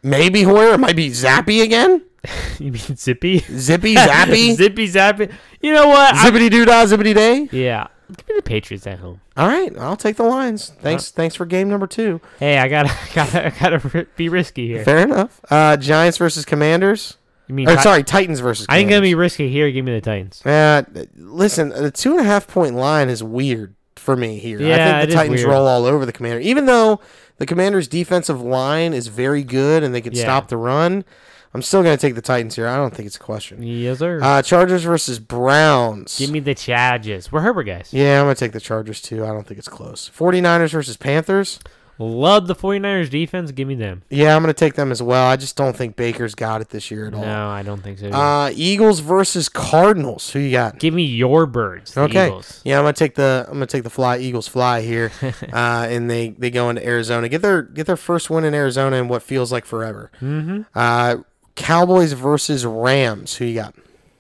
Speaker 2: Maybe Hoyer. It might be Zappy again.
Speaker 3: You mean Zippy?
Speaker 2: Zippy Zappy.
Speaker 3: Zippy Zappy. You know what? I-
Speaker 2: Zippity doo dah, zippity day.
Speaker 3: yeah. Give me the Patriots at home.
Speaker 2: All right, I'll take the Lions. Thanks, thanks for game number two.
Speaker 3: Hey, I gotta, gotta, I gotta r- be risky here.
Speaker 2: Fair enough. Uh, Giants versus Commanders.
Speaker 3: You mean?
Speaker 2: Or
Speaker 3: Ti-
Speaker 2: sorry, Titans versus.
Speaker 3: I ain't gonna
Speaker 2: Commanders.
Speaker 3: be risky here. Give me the Titans.
Speaker 2: Uh, listen, the two and a half point line is weird for me here. I
Speaker 3: Yeah, it
Speaker 2: think the
Speaker 3: is
Speaker 2: Titans
Speaker 3: weird.
Speaker 2: roll all over the Commander, even though the Commander's defensive line is very good and they can
Speaker 3: Yeah.
Speaker 2: stop the run. I'm still gonna take the Titans here. I don't think it's a question.
Speaker 3: Yes, sir.
Speaker 2: Uh, Chargers versus Browns.
Speaker 3: give me the Chargers. We're Herbert guys.
Speaker 2: yeah, I'm gonna take the Chargers too. I don't think it's close. 49ers versus Panthers.
Speaker 3: Love the 49ers defense. Give me them.
Speaker 2: Yeah, I'm going to take them as well. I just don't think Baker's got it this year at all.
Speaker 3: No, I don't think so.
Speaker 2: Oh. Uh, Eagles versus Cardinals. Who you got?
Speaker 3: give me your birds. The
Speaker 2: Okay.
Speaker 3: Eagles.
Speaker 2: Yeah, I'm gonna take the I'm gonna take the fly. Eagles fly here, uh, and they they go into Arizona. Get their get their first win in Arizona in what feels like forever. Mm-hmm. Uh, Cowboys versus Rams. Who you got?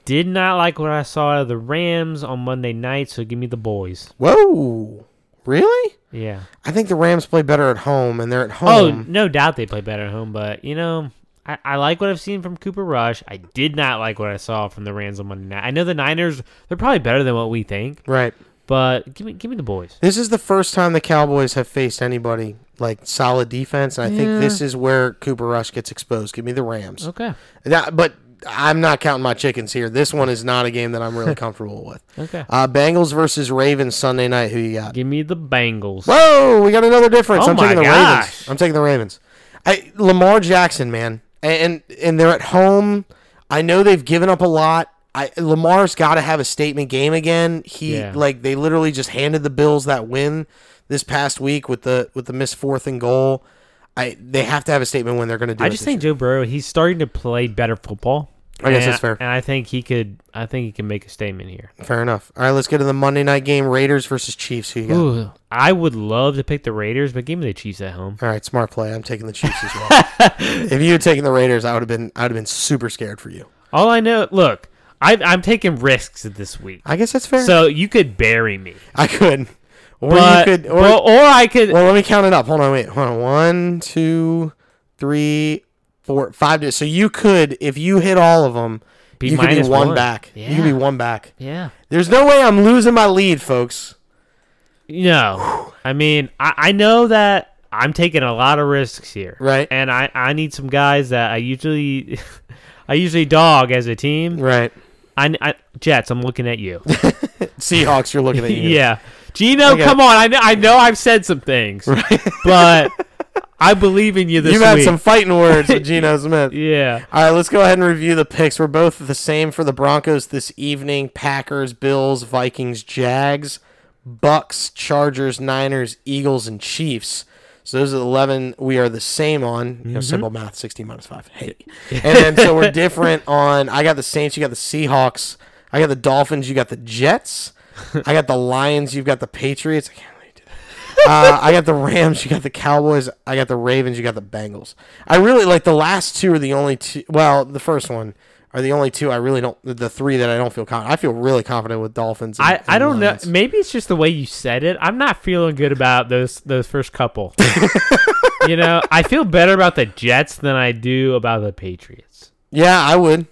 Speaker 3: Did not like what I saw out of the Rams on Monday night, so give me the boys.
Speaker 2: Whoa, really?
Speaker 3: Yeah.
Speaker 2: I think the Rams play better at home, and they're at
Speaker 3: Oh,
Speaker 2: home.
Speaker 3: no doubt they play better at home, but you know, I, I like what I've seen from Cooper Rush. I did not like what I saw from the Rams on Monday night. I know the Niners they're probably better than what we think,
Speaker 2: Right.
Speaker 3: but give me give me the boys.
Speaker 2: This is the first time the Cowboys have faced anybody like solid defense, and I think this is where Cooper Rush gets exposed. Give me the Rams.
Speaker 3: Okay.
Speaker 2: That, but I'm not counting my chickens here. This one is not a game that I'm really comfortable with.
Speaker 3: Okay.
Speaker 2: Uh, Bengals versus Ravens Sunday night. Who you got?
Speaker 3: Give me the Bengals.
Speaker 2: Whoa, we got another difference.
Speaker 3: Oh
Speaker 2: I'm taking
Speaker 3: my
Speaker 2: the Ravens.
Speaker 3: gosh.
Speaker 2: I'm taking the Ravens. I, Lamar Jackson, man, and and they're at home. I know they've given up a lot. I, Lamar's got to have a statement game again. He
Speaker 3: Yeah.
Speaker 2: like they literally just handed the Bills that win this past week with the with the missed fourth and goal. I they have to have a statement when they're going to do.
Speaker 3: I
Speaker 2: it
Speaker 3: just
Speaker 2: this
Speaker 3: think Joe Burrow he's starting to play better football.
Speaker 2: I guess
Speaker 3: And-
Speaker 2: that's fair.
Speaker 3: And I think he could I think he can make a statement here.
Speaker 2: year. fair enough. All right, let's get to the Monday night game: Raiders versus Chiefs. Who you got?
Speaker 3: Ooh, I would love to pick the Raiders, but give me the Chiefs at home.
Speaker 2: All right, smart play. I'm taking the Chiefs as well. if you had taken the Raiders, I would have been I would have been super scared for you.
Speaker 3: All I know, look, I, I'm taking risks this week,
Speaker 2: I guess that's fair.
Speaker 3: so you could bury me,
Speaker 2: I could, or
Speaker 3: but
Speaker 2: you could, or
Speaker 3: well, or I could.
Speaker 2: well, let me count it up. Hold on, wait, hold on. One, two, three, four, five. So you could, if you hit all of them,
Speaker 3: Be
Speaker 2: you could be
Speaker 3: minus
Speaker 2: one,
Speaker 3: one.
Speaker 2: back. You could be
Speaker 3: Yeah.
Speaker 2: one back.
Speaker 3: yeah,
Speaker 2: There's no way I'm losing my lead, folks.
Speaker 3: no, I mean, I, I know that I'm taking a lot of risks here,
Speaker 2: Right.
Speaker 3: And I, I need some guys that I usually, I usually dog as a team.
Speaker 2: Right,
Speaker 3: I, I Jets, I'm looking at you.
Speaker 2: Seahawks. You're looking at you.
Speaker 3: yeah, Gino,
Speaker 2: Okay.
Speaker 3: come on. I know, I know I've said some things, but I believe in you this
Speaker 2: You've had
Speaker 3: week.
Speaker 2: some fighting words with Geno Smith.
Speaker 3: yeah.
Speaker 2: All right, let's go ahead and review the picks. We're both the same for the Broncos this evening Packers, Bills, Vikings, Jags, Bucks, Chargers, Niners, Eagles, and Chiefs. So those are the 11 we are the same on. You know, simple math 16 minus 5. Hey. And then so we're different on I got the Saints, you got the Seahawks, I got the Dolphins, you got the Jets, I got the Lions, you've got the Patriots. I can't really do uh, I got the Rams. You got the Cowboys. I got the Ravens. You got the Bengals. I really like the last two are the only two. Well, the first one are the only two I really don't. The three that I don't feel confident. I feel really confident with Dolphins. and-
Speaker 3: I, I
Speaker 2: and
Speaker 3: don't know.
Speaker 2: Lions.
Speaker 3: Maybe it's just the way you said it. I'm not feeling good about those those first couple. you know, I feel better about the Jets than I do about the Patriots.
Speaker 2: Yeah, I would.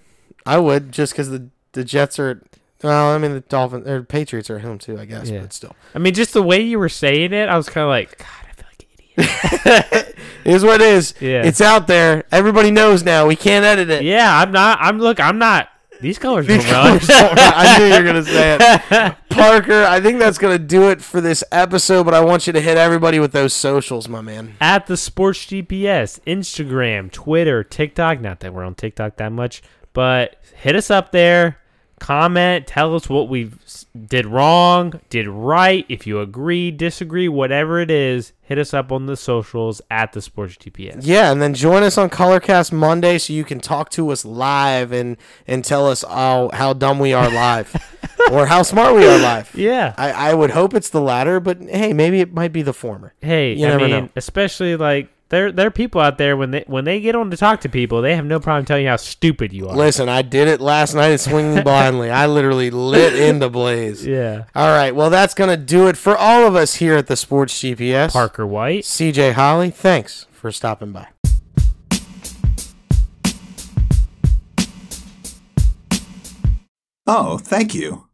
Speaker 2: I would just because the the Jets are. Well, I mean the Dolphins or Patriots are at home too. I guess,
Speaker 3: Yeah.
Speaker 2: but still,
Speaker 3: I mean, just the way you were saying it, I was kind of like, God, I feel like an idiot.
Speaker 2: it is what it is.
Speaker 3: Yeah.
Speaker 2: It's out there. Everybody knows now. We can't edit it.
Speaker 3: yeah, I'm not. I'm look. I'm not. These colors don't run.
Speaker 2: I knew you were gonna say it, Parker. I think that's gonna do it for this episode. But I want you to hit everybody with those socials, my man.
Speaker 3: At the Sports GPS, Instagram, Twitter, TikTok. Not that we're on TikTok that much, but hit us up there. Comment, tell us what we did wrong, did right. If you agree, disagree, whatever it is, hit us up on the socials at the Sports GPS.
Speaker 2: Yeah, and then join us on Colorcast Monday so you can talk to us live and and tell us how how dumb we are live or how smart we are live.
Speaker 3: Yeah.
Speaker 2: I, I would hope it's the latter, but hey, maybe it might be the former.
Speaker 3: Hey,
Speaker 2: You
Speaker 3: I
Speaker 2: never
Speaker 3: mean,
Speaker 2: know.
Speaker 3: especially like there there are people out there when they when they get on to talk to people, they have no problem telling you how stupid you are.
Speaker 2: Listen, I did it last night at Swinging Blindly. I literally lit into blaze.
Speaker 3: yeah.
Speaker 2: All right, well, that's going to do it for all of us here at the Sports GPS.
Speaker 3: Parker White.
Speaker 2: CJ Holly, thanks for stopping by.
Speaker 4: Oh, thank you.